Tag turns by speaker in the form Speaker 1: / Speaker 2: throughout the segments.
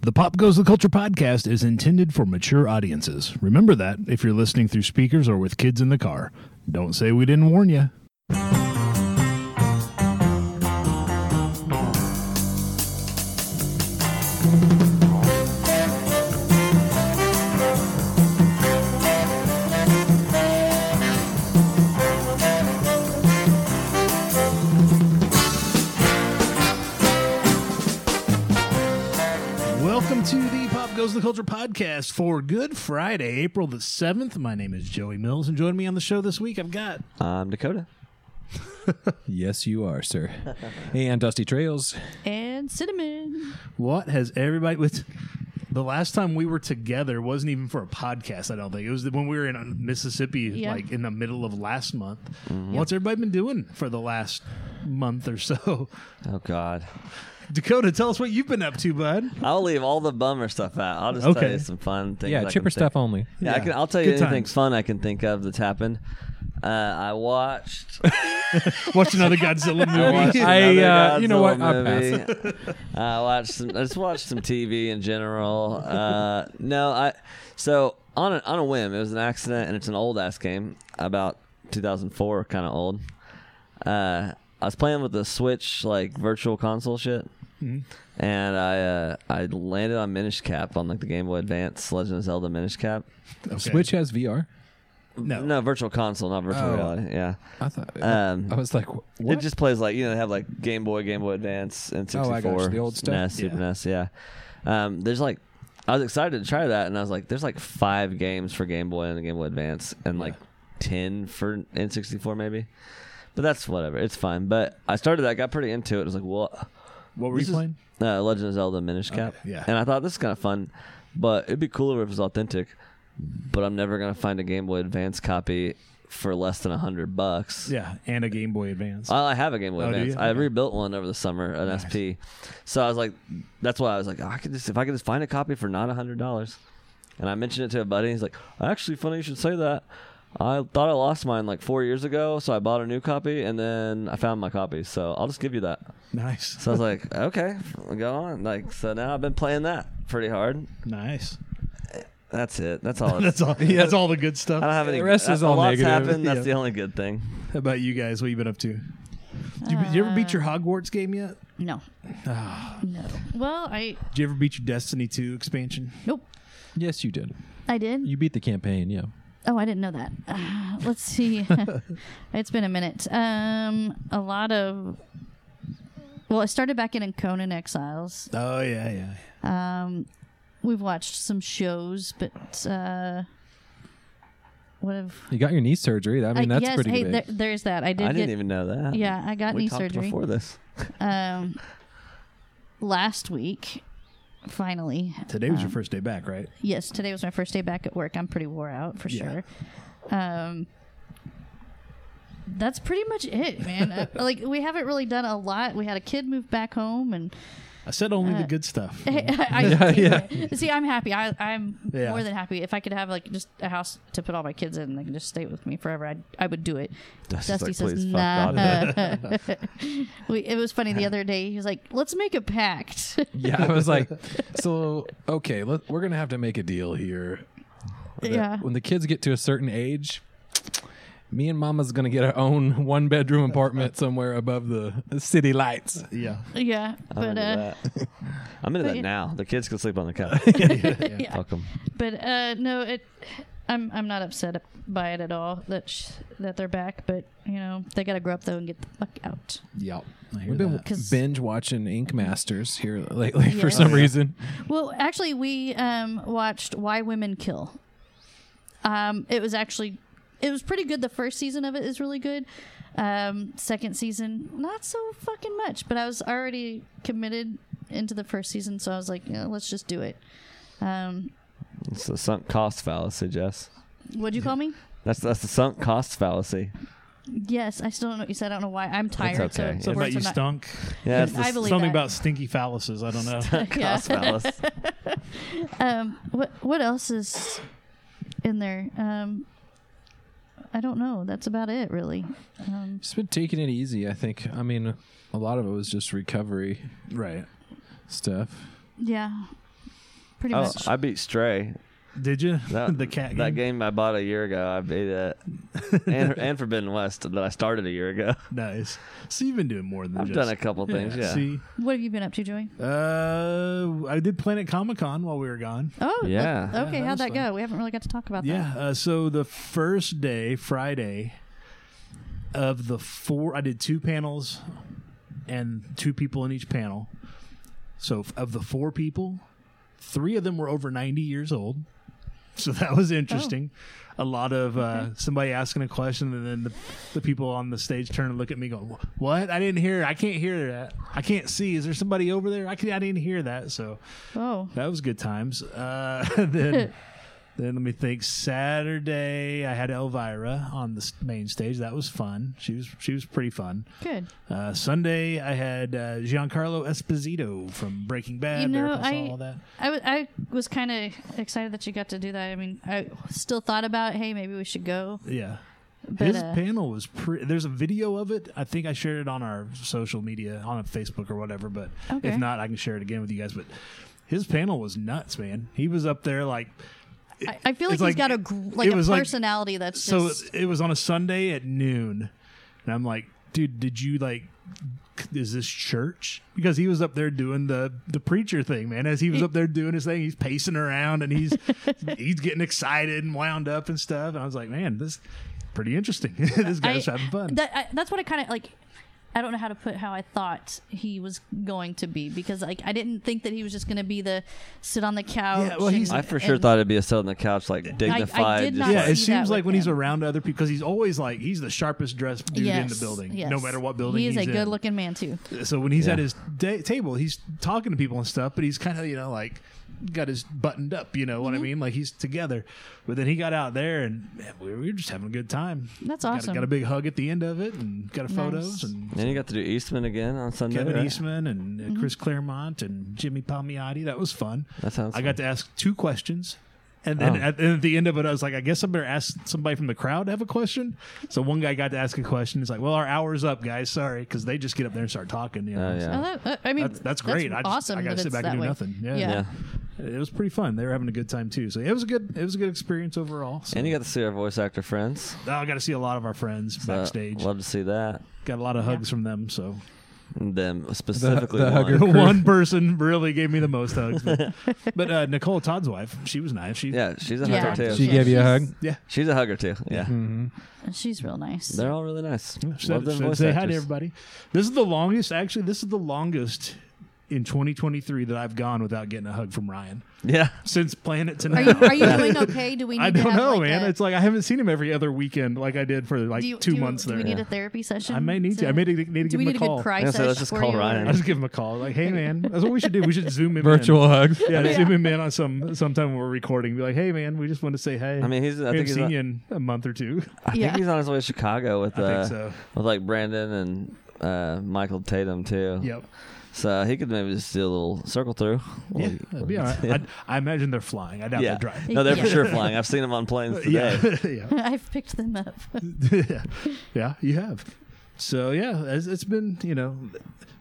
Speaker 1: The Pop Goes the Culture podcast is intended for mature audiences. Remember that if you're listening through speakers or with kids in the car. Don't say we didn't warn you. Welcome to the Pop Goes the Culture podcast for Good Friday, April the 7th. My name is Joey Mills, and joining me on the show this week, I've got
Speaker 2: I'm Dakota.
Speaker 3: Yes, you are, sir. and Dusty Trails.
Speaker 4: and cinnamon.
Speaker 1: What has everybody with the last time we were together wasn't even for a podcast, I don't think. It was when we were in Mississippi,
Speaker 4: Yeah.
Speaker 1: like in the middle of last month. What's everybody been doing for the last month or so?
Speaker 2: Oh God,
Speaker 1: Dakota, tell us what you've been up to, bud.
Speaker 2: I'll leave all the bummer stuff out. I'll just tell
Speaker 1: Okay.
Speaker 2: you some fun things. I
Speaker 3: Yeah,
Speaker 2: can
Speaker 3: chipper
Speaker 2: think-
Speaker 3: stuff only.
Speaker 2: Yeah, I
Speaker 1: Yeah.
Speaker 2: can, I'll tell you
Speaker 1: Good
Speaker 2: anything
Speaker 1: times.
Speaker 2: fun I can think of that's happened. Uh, I watched.
Speaker 1: Watch another Godzilla
Speaker 2: I watched
Speaker 1: movie.
Speaker 3: I,
Speaker 2: another
Speaker 3: uh, you know what?
Speaker 2: Godzilla movie. Uh, I watched. Some, I just watched some TV in general. Uh, no, I. So on a, on a whim, it was an accident, and it's an old ass game, about 2004, kind of old. Uh, I was playing with the Switch like virtual console shit.
Speaker 3: Mm-hmm.
Speaker 2: And I uh, I landed on Minish Cap on like the Game Boy Advance Legend of Zelda Minish Cap.
Speaker 1: Okay.
Speaker 3: Switch has VR.
Speaker 1: No.
Speaker 2: No, virtual console, not virtual
Speaker 3: Oh.
Speaker 2: reality. Yeah.
Speaker 3: I thought.
Speaker 2: Um,
Speaker 3: I was like, wh- what?
Speaker 2: It just plays like you know they have like Game Boy, Game Boy Advance, and
Speaker 3: Oh,
Speaker 2: sixty
Speaker 3: I
Speaker 2: four,
Speaker 3: gotcha, the old stuff?
Speaker 2: NES, Super
Speaker 1: Yeah.
Speaker 2: NES. Yeah, um, there's like I was excited to try that, and I was like, there's like five games for Game Boy and the Game Boy Advance, and like ten for N sixty four maybe. But that's whatever. It's fine. But I started that, got pretty into it. I was like, well,
Speaker 1: What were you
Speaker 2: this is-
Speaker 1: playing?
Speaker 2: uh, Legend of Zelda Minish
Speaker 3: Oh,
Speaker 2: Cap.
Speaker 1: yeah.
Speaker 2: And I thought this is kind of fun, but it'd be cooler if it was authentic. But I'm never gonna find a Game Boy Advance copy for less than a hundred bucks.
Speaker 1: Yeah, and a Game Boy Advance.
Speaker 2: Well, I have a Game Boy
Speaker 1: Oh, do
Speaker 2: Advance.
Speaker 1: you?
Speaker 2: I
Speaker 1: Okay.
Speaker 2: rebuilt one over the summer, an SP. So I was like, that's why I was like, oh, I could just if I could just find a copy for not a hundred dollars. And I mentioned it to a buddy. He's like, actually, funny you should say that. I thought I lost mine like four years ago, so I bought a new copy, and then I found my copy. So I'll just give you that.
Speaker 1: nice.
Speaker 2: So I was like, okay, go on. Like, so now I've been playing that pretty hard.
Speaker 1: Nice.
Speaker 2: That's it. That's all.
Speaker 1: That's all. That's all the good stuff.
Speaker 2: I don't have any.
Speaker 3: The rest is
Speaker 2: a
Speaker 3: all
Speaker 2: lot's
Speaker 3: negative.
Speaker 2: happened. That's
Speaker 1: Yeah.
Speaker 2: the only good thing.
Speaker 1: How about you guys? What you been up to? Did you, did you ever beat your Hogwarts game yet?
Speaker 4: No. No. Well, I
Speaker 1: Did you ever beat your Destiny 2 expansion?
Speaker 4: nope.
Speaker 3: yes, you did.
Speaker 4: I did.
Speaker 3: You beat the campaign, yeah.
Speaker 4: Oh, I didn't know that. Uh, let's see. it's been a minute. Um, a lot of. Well, I started back in in Conan Exiles.
Speaker 1: Oh yeah, yeah.
Speaker 4: Um, we've watched some shows, but uh, what have
Speaker 3: You got your knee surgery. I mean, that's
Speaker 4: Uh, yes,
Speaker 3: pretty
Speaker 4: hey,
Speaker 3: big.
Speaker 4: there, there's that. I did
Speaker 2: I
Speaker 4: get.
Speaker 2: didn't even know that.
Speaker 4: yeah, I got
Speaker 2: we
Speaker 4: knee
Speaker 2: talked
Speaker 4: surgery.
Speaker 2: before this.
Speaker 4: um, last week, finally.
Speaker 1: Today was your first day back, right?
Speaker 4: Yes, today was my first day back at work. I'm pretty wore out for
Speaker 1: Yeah.
Speaker 4: sure. Um, that's pretty much it, man. Uh, like we haven't really done a lot. We had a kid move back home, and
Speaker 1: I said only the good stuff.
Speaker 4: I, see, I'm happy. I, I'm
Speaker 1: Yeah.
Speaker 4: more than happy. If I could have like just a house to put all my kids in, and they can just stay with me forever. I I would do it.
Speaker 2: Dusty's
Speaker 4: Dusty
Speaker 2: like,
Speaker 4: says,
Speaker 2: "Please, fuck
Speaker 4: "Nah."
Speaker 2: off, Dad."
Speaker 4: we, it was funny the other day. He was like, "Let's make a pact."
Speaker 3: yeah, I was like, so, okay, let, we're going to have to make a deal here. that
Speaker 4: yeah.
Speaker 3: When the kids get to a certain age, me and Mama's going to get our own one bedroom apartment somewhere above the city lights.
Speaker 1: yeah.
Speaker 4: Yeah,
Speaker 2: I'm
Speaker 4: but
Speaker 2: into
Speaker 4: uh,
Speaker 2: that. I'm into
Speaker 4: but
Speaker 2: that
Speaker 4: yeah.
Speaker 2: now. The kids can sleep on the couch.
Speaker 4: yeah.
Speaker 2: Fuck 'em.
Speaker 4: but uh, no, it. I'm I'm not upset by it at all that sh- that they're back, but you know they gotta grow up though and get the fuck out.
Speaker 1: Yeah. I hear
Speaker 3: We've been
Speaker 1: that.
Speaker 4: 'Cause-
Speaker 3: binge watching Ink Masters here lately
Speaker 4: Yeah.
Speaker 3: for some
Speaker 2: Oh,
Speaker 3: reason.
Speaker 4: Well, actually, we um, watched Why Women Kill. Um, it was actually it was pretty good. The first season of it is really good. Um, second season, not so fucking much. But I was already committed into the first season, so I was like, yeah, let's just do it. Um,
Speaker 2: It's the sunk cost fallacy, Jess.
Speaker 4: what'd you call me?
Speaker 2: That's that's the sunk cost fallacy.
Speaker 4: Yes, I still don't know what you said. I don't know why. I'm tired.
Speaker 2: okay.
Speaker 4: So, so
Speaker 2: It's
Speaker 1: Something about
Speaker 4: words
Speaker 1: you
Speaker 4: are not-
Speaker 1: stunk.
Speaker 2: Yeah, it's the
Speaker 4: I
Speaker 2: s-
Speaker 4: believe
Speaker 1: Something
Speaker 4: that.
Speaker 1: about stinky phalluses. I don't know.
Speaker 4: Yeah.
Speaker 2: cost fallacy.
Speaker 4: Um, what what else is in there? Um, I don't know. That's about it, really. Um,
Speaker 3: Just been taking it easy, I think. I mean, a lot of it was just recovery
Speaker 1: right.
Speaker 3: stuff.
Speaker 4: yeah, pretty
Speaker 2: Oh,
Speaker 4: much.
Speaker 2: I beat Stray.
Speaker 1: Did you?
Speaker 2: That,
Speaker 1: the cat
Speaker 2: That
Speaker 1: game?
Speaker 2: game I bought a year ago. I beat it. and, and Forbidden West that I started a year ago.
Speaker 1: Nice. So you've been doing more than
Speaker 2: I've
Speaker 1: just.
Speaker 2: done a couple things. Yeah.
Speaker 1: See,
Speaker 4: what have you been up to, Joey?
Speaker 1: uh, I did Planet Comic Con while we were gone.
Speaker 4: Oh, that-
Speaker 2: Yeah. Yeah,
Speaker 4: okay,
Speaker 1: that
Speaker 4: how'd
Speaker 1: was
Speaker 4: that
Speaker 1: fun.
Speaker 4: go? We haven't really got to talk about
Speaker 1: Yeah. Uh, so the first day, Friday, of the four, I did two panels and two people in each panel. So f- of the four people, three of them were over 90 years old. So that was interesting. A lot of uh, somebody asking a question, and then the, the people on the stage turn and look at me, going, "Wh- "What? I didn't hear. I can't hear that. I can't see. Is there somebody over there? I can, I didn't hear that." So
Speaker 4: that. Oh,
Speaker 1: that was good times. Uh, then, then let me think. Saturday, I had Elvira on the s- main stage. That was fun. She was she was pretty fun.
Speaker 4: good.
Speaker 1: Uh, Sunday, I had uh, Giancarlo Esposito from Breaking Bad.
Speaker 4: You know,
Speaker 1: Better Call Saul,
Speaker 4: I,
Speaker 1: all that.
Speaker 4: I, w- I was kind of excited that you got to do that. I mean, I still thought about, hey, maybe we should go.
Speaker 1: Yeah.
Speaker 4: But,
Speaker 1: His
Speaker 4: uh,
Speaker 1: panel was pretty. There's a video of it. I think I shared it on our social media, on Facebook or whatever. But
Speaker 4: Okay.
Speaker 1: if not, I can share it again with you guys. But his panel was nuts, man. He was up there like
Speaker 4: I, I feel like
Speaker 1: it's
Speaker 4: he's
Speaker 1: like-
Speaker 4: got a gr- like
Speaker 1: it
Speaker 4: a
Speaker 1: was like-
Speaker 4: personality that's
Speaker 1: so
Speaker 4: just
Speaker 1: it was on a Sunday at noon, and I'm like, dude, did you like? Is this church? Because he was up there doing the the preacher thing, man. As he was up there doing his thing, he's pacing around and he's he's getting excited and wound up and stuff. And I was like, man, this pretty interesting. this guy's
Speaker 4: I-
Speaker 1: having fun.
Speaker 4: That, I, that's what I kind of like. I don't know how to put how I thought he was going to be because like I didn't think that he was just going to be the sit on the couch.
Speaker 1: Yeah, well, he's-
Speaker 4: and-
Speaker 2: I for sure
Speaker 4: and-
Speaker 2: thought it'd be a sit on the couch, like dignified.
Speaker 4: did
Speaker 2: just
Speaker 4: not
Speaker 1: yeah,
Speaker 2: like-
Speaker 1: it
Speaker 4: see that
Speaker 1: seems like
Speaker 4: with
Speaker 1: when he's
Speaker 4: him.
Speaker 1: around other people because he's always like he's the sharpest dressed dude in the
Speaker 4: Yes,
Speaker 1: building,
Speaker 4: yes.
Speaker 1: no matter what building.
Speaker 4: He is
Speaker 1: he's
Speaker 4: a
Speaker 1: in.
Speaker 4: good looking man too.
Speaker 1: So when he's
Speaker 2: Yeah.
Speaker 1: at his da- table, he's talking to people and stuff, but he's kind of you know like got his buttoned up. You know what I
Speaker 4: Mm-hmm.
Speaker 1: mean? Like he's together. But then he got out there, and man, we we were just having a good time.
Speaker 4: That's
Speaker 1: Got a-
Speaker 4: awesome.
Speaker 1: Got a, big hug at the end of it, and got a photos
Speaker 4: Nice.
Speaker 1: and.
Speaker 2: Then you got to do Eastman again on Sunday.
Speaker 1: Kevin
Speaker 2: right?
Speaker 1: Eastman and
Speaker 4: Mm-hmm.
Speaker 1: uh, Chris Claremont and Jimmy Palmiotti. That was fun.
Speaker 2: That sounds
Speaker 1: I got to ask two questions. And then
Speaker 2: Oh.
Speaker 1: at, and at the end of it, I was like, I guess I better ask somebody from the crowd to have a question. So one guy got to ask a question. He's like, Well, our hour's up, guys. Sorry. Because they just get up there and start talking. You know?
Speaker 2: Oh, yeah.
Speaker 4: Oh, that- uh, I mean,
Speaker 1: That's- that's great. I just-
Speaker 4: awesome.
Speaker 1: I gotta
Speaker 4: that
Speaker 1: sit
Speaker 4: it's
Speaker 1: back and
Speaker 4: that
Speaker 1: do
Speaker 4: way.
Speaker 1: nothing. Yeah.
Speaker 4: yeah.
Speaker 2: yeah.
Speaker 1: it was pretty fun. They were having a good time too. So it was a good it was a good experience overall. So.
Speaker 2: And you got to see our voice actor friends.
Speaker 1: Oh, I got to see a lot of our friends
Speaker 2: So,
Speaker 1: backstage.
Speaker 2: Love to see that.
Speaker 1: got a lot of hugs from them. So
Speaker 2: And them specifically.
Speaker 3: the
Speaker 2: one.
Speaker 3: hugger. Crew.
Speaker 1: one person really gave me the most hugs. But, but, uh, Nicole Todd's wife, she was nice. She
Speaker 2: Yeah, she's a
Speaker 4: Yeah.
Speaker 2: hugger too.
Speaker 3: She gave you a hug. Mm-hmm.
Speaker 4: she's-
Speaker 1: yeah.
Speaker 2: She's a hugger too. Yeah.
Speaker 4: She's real nice.
Speaker 2: They're all really nice. Love
Speaker 1: Mm-hmm. Said,
Speaker 2: them
Speaker 1: said-
Speaker 2: voice
Speaker 1: say hi to
Speaker 2: actors.
Speaker 1: everybody. This is the longest. Actually, this is the longest in 2023 that I've gone without getting a hug from Ryan
Speaker 2: Yeah.
Speaker 1: since Planet
Speaker 4: Are
Speaker 1: Tonight.
Speaker 4: you, are you doing okay? Do we need
Speaker 1: I
Speaker 4: to
Speaker 1: don't
Speaker 4: have
Speaker 1: know,
Speaker 4: like
Speaker 1: man.
Speaker 4: A,
Speaker 1: it's like I haven't seen him every other weekend like I did for like
Speaker 4: do you,
Speaker 1: two
Speaker 4: do,
Speaker 1: months
Speaker 4: do
Speaker 1: there.
Speaker 4: we need a therapy session?
Speaker 1: I may need to. I may need to give
Speaker 4: do we
Speaker 1: him a
Speaker 4: need
Speaker 1: call.
Speaker 4: good cry
Speaker 2: Yeah, so
Speaker 4: session?
Speaker 2: let's just
Speaker 4: for
Speaker 2: call
Speaker 4: you, or-
Speaker 2: Ryan.
Speaker 1: I just give him a call. Like, hey man, that's what we should do. We should zoom him
Speaker 3: Virtual
Speaker 1: In.
Speaker 3: hugs.
Speaker 1: Yeah, zoom him in on some sometime when we're recording. Be like, hey man, we just want to say hey.
Speaker 2: I mean, he's- I
Speaker 1: we haven't
Speaker 2: think he's
Speaker 1: seen
Speaker 2: on-
Speaker 1: you in a month or two.
Speaker 2: I
Speaker 4: Yeah.
Speaker 2: think he's on his way to Chicago with
Speaker 1: I
Speaker 2: uh,
Speaker 1: think so.
Speaker 2: with like Brandon and uh, Michael Tatum too.
Speaker 1: Yep.
Speaker 2: So he could maybe just do a little circle through.
Speaker 1: Yeah, that'd be all right. I, I imagine they're flying. I doubt
Speaker 2: Yeah.
Speaker 1: they're driving.
Speaker 2: No, they're for
Speaker 4: Yeah.
Speaker 2: sure flying. I've seen them on planes today.
Speaker 1: Yeah, yeah.
Speaker 4: I've picked them up.
Speaker 1: yeah, you have. So yeah, it's, it's been you know,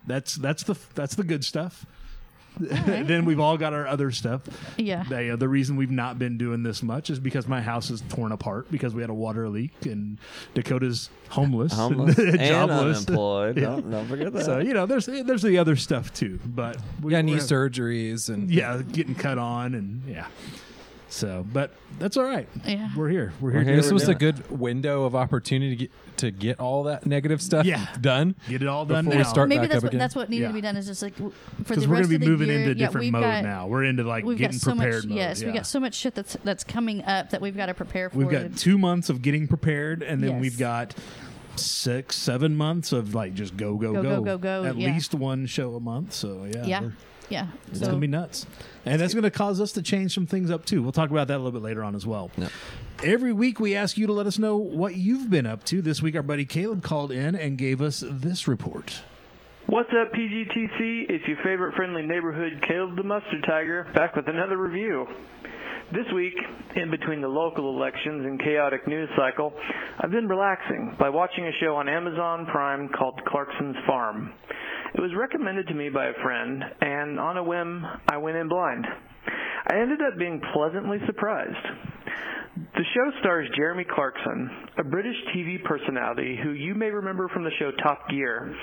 Speaker 1: that's that's the that's the good stuff. then we've all got our other stuff.
Speaker 4: yeah.
Speaker 1: They, uh, the reason we've not been doing this much is because my house is torn apart because we had a water leak and Dakota's homeless,
Speaker 2: Homeless and
Speaker 1: jobless.
Speaker 2: unemployed.
Speaker 1: Yeah.
Speaker 2: Don't, don't forget that.
Speaker 1: So you know, there's there's the other stuff too, but we,
Speaker 3: Yeah, knee
Speaker 1: we're-
Speaker 3: surgeries and
Speaker 1: yeah, getting cut on and yeah. So, but that's all right.
Speaker 4: Yeah.
Speaker 3: Uh-huh.
Speaker 1: We're here. We're here.
Speaker 2: We're
Speaker 1: to
Speaker 2: here.
Speaker 3: This
Speaker 2: we're
Speaker 3: was a
Speaker 2: doing it.
Speaker 3: good window of opportunity to get, to get all that negative stuff
Speaker 1: Yeah.
Speaker 3: done.
Speaker 1: Get it all done
Speaker 3: Before we
Speaker 1: now.
Speaker 3: start
Speaker 4: Maybe
Speaker 3: back
Speaker 4: that's
Speaker 3: up
Speaker 4: what
Speaker 3: again.
Speaker 4: that's what needed
Speaker 1: Yeah.
Speaker 4: to be done is just like w- for the
Speaker 1: because
Speaker 4: rest
Speaker 1: we're going
Speaker 4: of
Speaker 1: to
Speaker 4: the
Speaker 1: be moving
Speaker 4: year,
Speaker 1: into a
Speaker 4: yeah,
Speaker 1: different
Speaker 4: we've
Speaker 1: mode
Speaker 4: got-
Speaker 1: now. We're into like
Speaker 4: We've
Speaker 1: getting
Speaker 4: got so
Speaker 1: prepared
Speaker 4: much.
Speaker 1: mode.
Speaker 4: yes,
Speaker 1: yeah.
Speaker 4: we got so much shit that's that's coming up that we've got to prepare for.
Speaker 1: We've got
Speaker 4: and-
Speaker 1: two months of getting prepared, and then
Speaker 4: Yes.
Speaker 1: we've got six, seven months of like just go, go,
Speaker 4: Go,
Speaker 1: go,
Speaker 4: go, go, go,
Speaker 1: At
Speaker 4: yeah.
Speaker 1: least one show a month. So yeah,
Speaker 4: yeah,
Speaker 1: we're-
Speaker 4: yeah.
Speaker 1: It's
Speaker 4: So
Speaker 1: gonna be nuts, and that's gonna cause us to change some things up too. We'll talk about that a little bit later on as well.
Speaker 2: Yeah.
Speaker 1: Every week we ask you to let us know what you've been up to. This week our buddy Caleb called in and gave us this report.
Speaker 5: What's up, PGTC? It's your favorite friendly neighborhood, Caleb the Mustard Tiger, back with another review. This week, in between the local elections and chaotic news cycle, I've been relaxing by watching a show on Amazon Prime called Clarkson's Farm. It was recommended to me by a friend, and on a whim, I went in blind. I I ended up being pleasantly surprised. The show stars Jeremy Clarkson, a British TV personality who you may remember from the show Top Gear,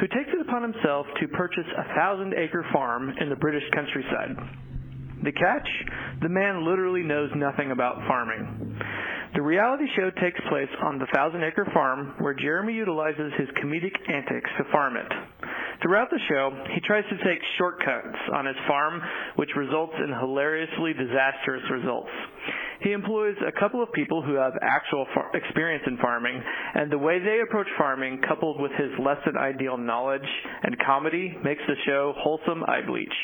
Speaker 5: who takes it upon himself to purchase a thousand acre farm in the British countryside. The catch? The man literally knows nothing about farming. The reality show takes place on the Thousand Acre Farm where Jeremy utilizes his comedic antics to farm it. Throughout the show, he tries to take shortcuts on his farm, which results in hilariously disastrous results. He employs a couple of people who have actual far- experience in farming, and the way they approach farming, coupled with his less than ideal knowledge and comedy, makes the show wholesome eye bleach.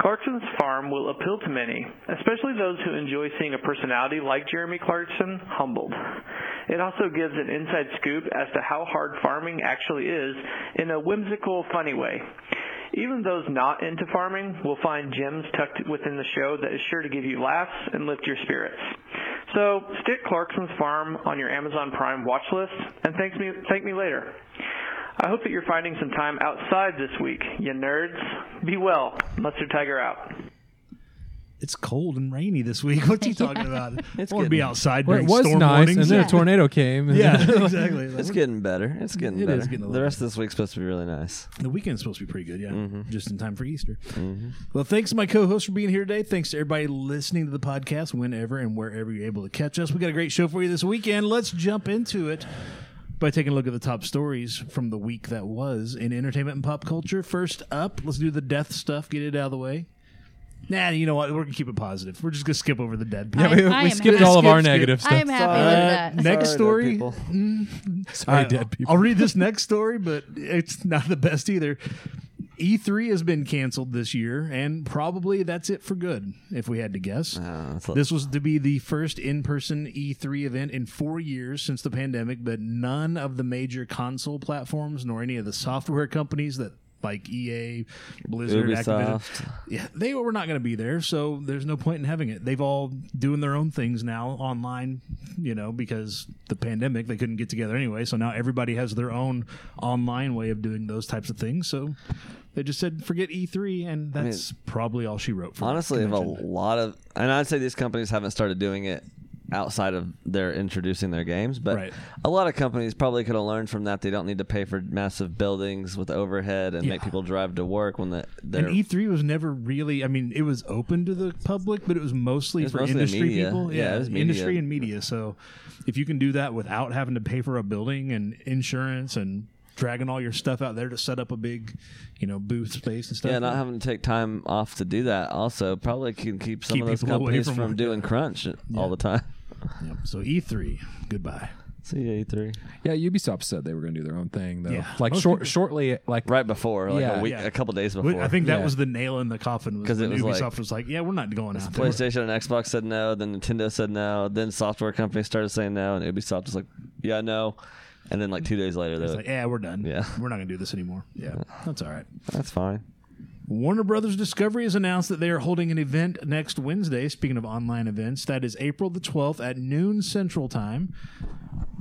Speaker 5: Clarkson's farm will appeal to many, especially those who enjoy seeing a personality like Jeremy Clarkson humbled. It also gives an inside scoop as to how hard farming actually is in a whimsical, funny way. Even those not into farming will find gems tucked within the show that is sure to give you laughs and lift your spirits. So stick Clarkson's Farm on your Amazon Prime watch list and thank me, thank me later. I hope that you're finding some time outside this week, you nerds. Be well. Mustard Tiger out.
Speaker 1: It's cold and rainy this week. What's he talking about? It's going to be outside
Speaker 3: Well,
Speaker 1: during
Speaker 3: it was
Speaker 1: storm
Speaker 3: nice,
Speaker 1: warnings.
Speaker 3: and then
Speaker 4: Yeah.
Speaker 3: a tornado came. and-
Speaker 1: yeah, exactly.
Speaker 2: It's getting better. It's getting
Speaker 1: Mm-hmm. It is
Speaker 2: better.
Speaker 1: getting a
Speaker 2: the
Speaker 1: little
Speaker 2: rest of this week's supposed to be really nice.
Speaker 1: The weekend's supposed to be pretty good, yeah.
Speaker 2: Mm-hmm.
Speaker 1: Just in time for Easter. Well, thanks to my co host for being here today. Thanks to everybody listening to the podcast whenever and wherever you're able to catch us. We got a great show for you this weekend. Let's jump into it by taking a look at the top stories from the week that was in entertainment and pop culture. First up, let's do the death stuff, get it out of the way. Nah, you know what? We're going to keep it positive. We're just going to skip over the dead part.
Speaker 3: Yeah, we,
Speaker 4: I- I
Speaker 3: we
Speaker 4: am
Speaker 3: skipped
Speaker 4: happy.
Speaker 3: all of our
Speaker 1: Skip, skip.
Speaker 3: negative
Speaker 4: I
Speaker 3: stuff.
Speaker 4: am happy
Speaker 1: Uh,
Speaker 4: with that.
Speaker 1: next
Speaker 2: Sorry, dead
Speaker 1: story.
Speaker 2: people.
Speaker 3: Sorry,
Speaker 1: I-
Speaker 3: dead people.
Speaker 1: I'll read this next story, but it's not the best either. E3 has been canceled this year, and probably that's it for good, if we had to guess.
Speaker 2: Uh, that's a-
Speaker 1: This was to be the first in person E3 event in four years since the pandemic, but none of the major console platforms nor any of the software companies that like EA, Blizzard,
Speaker 2: Ubisoft.
Speaker 1: Activision, yeah, they were not going to be there, so there's no point in having it. They've all doing their own things now online, you know, because the pandemic they couldn't get together anyway. So now everybody has their own online way of doing those types of things. So they just said forget E3, and that's probably all she wrote. for that
Speaker 2: Honestly, if a
Speaker 1: convention.
Speaker 2: lot of, and I'd say these companies haven't started doing it outside of their introducing their games, but
Speaker 1: Right.
Speaker 2: a lot of companies probably could have learned from that. They don't need to pay for massive buildings with overhead and make
Speaker 1: Yeah.
Speaker 2: people drive to work when the,
Speaker 1: And
Speaker 2: they're.
Speaker 1: E3 was never really. I mean, it was open to the public, but it was mostly
Speaker 2: It was
Speaker 1: for
Speaker 2: mostly
Speaker 1: industry
Speaker 2: media.
Speaker 1: people.
Speaker 2: Yeah, it was media.
Speaker 1: industry and media. So, if you can do that without having to pay for a building and insurance and dragging all your stuff out there to set up a big, you know, booth space and stuff.
Speaker 2: yeah, not having to take time off to do that also probably can keep some
Speaker 1: Keep
Speaker 2: of those
Speaker 1: people away
Speaker 2: companies
Speaker 1: from
Speaker 2: from,
Speaker 1: work.
Speaker 2: doing crunch all the time.
Speaker 1: Yep. So E3, goodbye.
Speaker 2: See you, E3.
Speaker 3: Yeah, Ubisoft said they were going to do their own thing though.
Speaker 1: Yeah.
Speaker 3: Like
Speaker 1: Most
Speaker 3: short,
Speaker 1: people-
Speaker 3: shortly, like
Speaker 2: Right before, like
Speaker 3: Yeah.
Speaker 2: a week,
Speaker 1: Yeah.
Speaker 2: a couple days
Speaker 1: But
Speaker 2: before.
Speaker 1: I think that
Speaker 3: Yeah.
Speaker 1: was the nail in the coffin. Was
Speaker 2: 'Cause it
Speaker 1: when
Speaker 2: was
Speaker 1: Ubisoft
Speaker 2: like-
Speaker 1: was like, "Yeah, we're not going out there."
Speaker 2: PlayStation and Xbox said no, then Nintendo said no, then software companies started saying no, and Ubisoft was like, yeah, no. And then like two days later, they're
Speaker 1: It's
Speaker 2: like,
Speaker 1: like, yeah, we're done.
Speaker 2: Yeah.
Speaker 1: we're not going to do this anymore. Yeah, that's all right.
Speaker 2: that's fine.
Speaker 1: Warner Brothers Discovery has announced that they are holding an event next Wednesday. Speaking of online events, that is April the 12th at noon Central Time.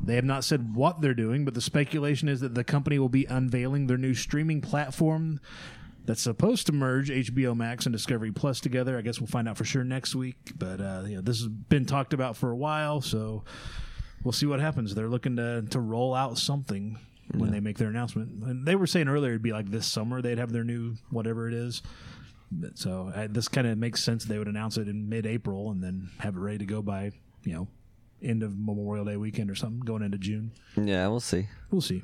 Speaker 1: They have not said what they're doing, but the speculation is that the company will be unveiling their new streaming platform that's supposed to merge HBO Max and Discovery Plus together. I guess we'll find out for sure next week, but uh, you know, this has been talked about for a while, so we'll see what happens. They're looking to to roll out something when they make their announcement. And they were saying earlier it'd be like this summer they'd have their new whatever it is. But- So uh, this kind of makes sense. They would announce it in mid-April and then have it ready to go by, you know, end of Memorial Day weekend or something, going into June.
Speaker 2: Yeah, we'll see.
Speaker 1: We'll see.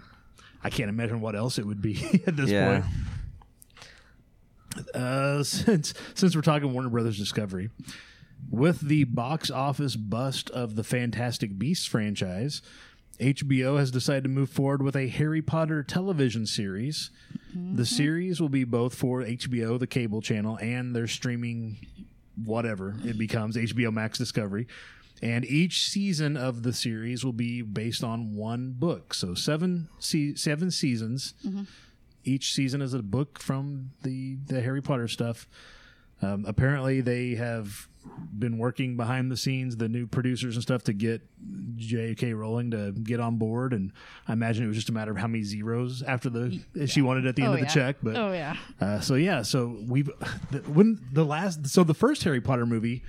Speaker 1: I can't imagine what else it would be at this
Speaker 2: Yeah.
Speaker 1: point. Uh, since since we're talking Warner Brothers Discovery, with the box office bust of the Fantastic Beasts franchise, HBO has decided to move forward with a Harry Potter television series. The series will be both for HBO, the cable channel, and their streaming whatever it becomes HBO Max Discovery. And each season of the series will be based on one book. So seven se- seven seasons. Each season is a book from the the Harry Potter stuff. Um, apparently, they have been working behind the scenes, the new producers and stuff, to get J.K. Rowling to get on board. And I imagine it was just a matter of how many zeros after the she wanted at the end
Speaker 4: Oh,
Speaker 1: of the
Speaker 4: yeah.
Speaker 1: check. But
Speaker 4: Oh, yeah.
Speaker 1: uh, so yeah, so we've the, when the last so the first Harry Potter movie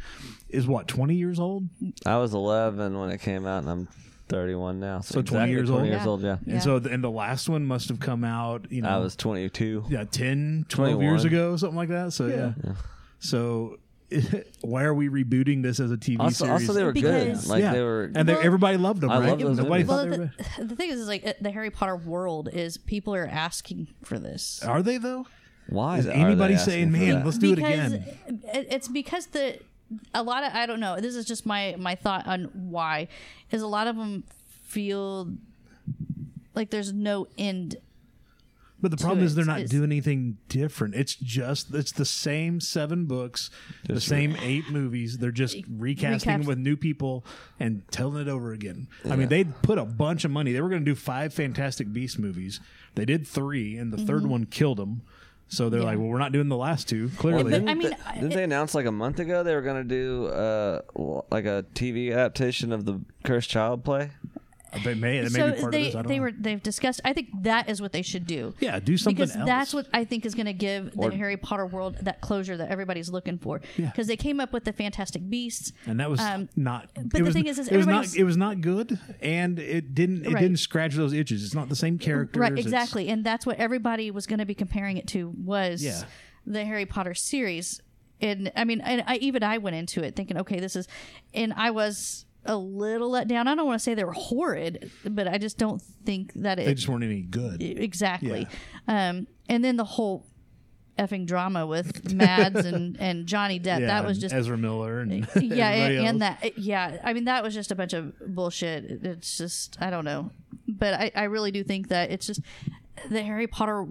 Speaker 1: is what twenty years old,
Speaker 2: I was 11 when it came out, and I'm 31 now. So,
Speaker 1: 20 years old?
Speaker 2: 20 years
Speaker 4: Yeah.
Speaker 2: old, yeah.
Speaker 4: Yeah.
Speaker 1: and so the, and the last one must have come out. You know,
Speaker 2: I was 22.
Speaker 1: yeah 10 12 years
Speaker 2: 21.
Speaker 1: ago something like that so yeah, so why are we rebooting this as a tv
Speaker 2: Also,
Speaker 1: series
Speaker 2: also, they were
Speaker 4: Because-
Speaker 2: good. Like
Speaker 1: yeah
Speaker 2: they were.
Speaker 1: and they,
Speaker 4: Well-
Speaker 1: everybody loved them
Speaker 2: I
Speaker 1: right
Speaker 2: love those
Speaker 1: nobody
Speaker 2: movies.
Speaker 1: thought
Speaker 4: Well,
Speaker 1: they were
Speaker 4: the, the thing is, is like uh, the Harry Potter world is people are asking for this.
Speaker 1: bad. are they though
Speaker 2: why
Speaker 1: is
Speaker 2: are
Speaker 1: anybody
Speaker 2: they asking
Speaker 1: saying
Speaker 2: for
Speaker 1: man
Speaker 2: that?"
Speaker 1: let's do
Speaker 4: because
Speaker 1: it again
Speaker 4: it- It's because the a lot of I don't know. This is just my my thought on why is a lot of them feel like there's no end.
Speaker 1: but the problem
Speaker 4: it
Speaker 1: is they're not
Speaker 4: is-
Speaker 1: doing anything different it's just it's the same seven books the same eight movies they're just recasting them
Speaker 4: Recaps.
Speaker 1: with new people and telling it over again i mean they put a bunch of money they were going to do five fantastic beast movies they did three and the
Speaker 4: Mm-hmm.
Speaker 1: third one killed them so they're like well we're not doing the last two clearly
Speaker 4: But, I mean,
Speaker 2: Th-
Speaker 4: I-
Speaker 2: didn't they announce like a month ago they were going to do uh, l- like a TV adaptation of the Cursed Child play?
Speaker 1: They may, that may
Speaker 4: so
Speaker 1: be part
Speaker 4: they
Speaker 1: of this. I don't
Speaker 4: they
Speaker 1: know.
Speaker 4: were they've discussed. I think that is what they should do.
Speaker 1: yeah, do something
Speaker 4: because
Speaker 1: else.
Speaker 4: that's what I think is going to give
Speaker 2: Or-
Speaker 4: the Harry Potter world that closure that everybody's looking for.
Speaker 1: Yeah.
Speaker 4: Because they came up with the Fantastic Beasts,
Speaker 1: and that was
Speaker 4: um,
Speaker 1: not.
Speaker 4: but
Speaker 1: it
Speaker 4: the
Speaker 1: was,
Speaker 4: thing is- is
Speaker 1: it was not.
Speaker 4: everybody's-
Speaker 1: It was not good, and it didn't. It
Speaker 4: Right.
Speaker 1: didn't scratch those itches. It's not the same characters.
Speaker 4: right?
Speaker 1: it's-
Speaker 4: Exactly, and that's what everybody was going to be comparing it to was
Speaker 1: Yeah.
Speaker 4: the Harry Potter series. And I mean, and I, even I went into it thinking, okay, this is, and I was a little let down. I don't want to say they were horrid, but I just don't think that
Speaker 1: They
Speaker 4: it
Speaker 1: just weren't any good.
Speaker 4: exactly. Um, and then the whole effing drama with Mads and and Johnny Depp
Speaker 1: Yeah,
Speaker 4: that was
Speaker 1: and
Speaker 4: just
Speaker 1: Ezra Miller and
Speaker 4: yeah
Speaker 1: everybody
Speaker 4: and, and
Speaker 1: else.
Speaker 4: that it- yeah i mean that was just a bunch of bullshit It- it's just i don't know but i i really do think that it's just the harry potter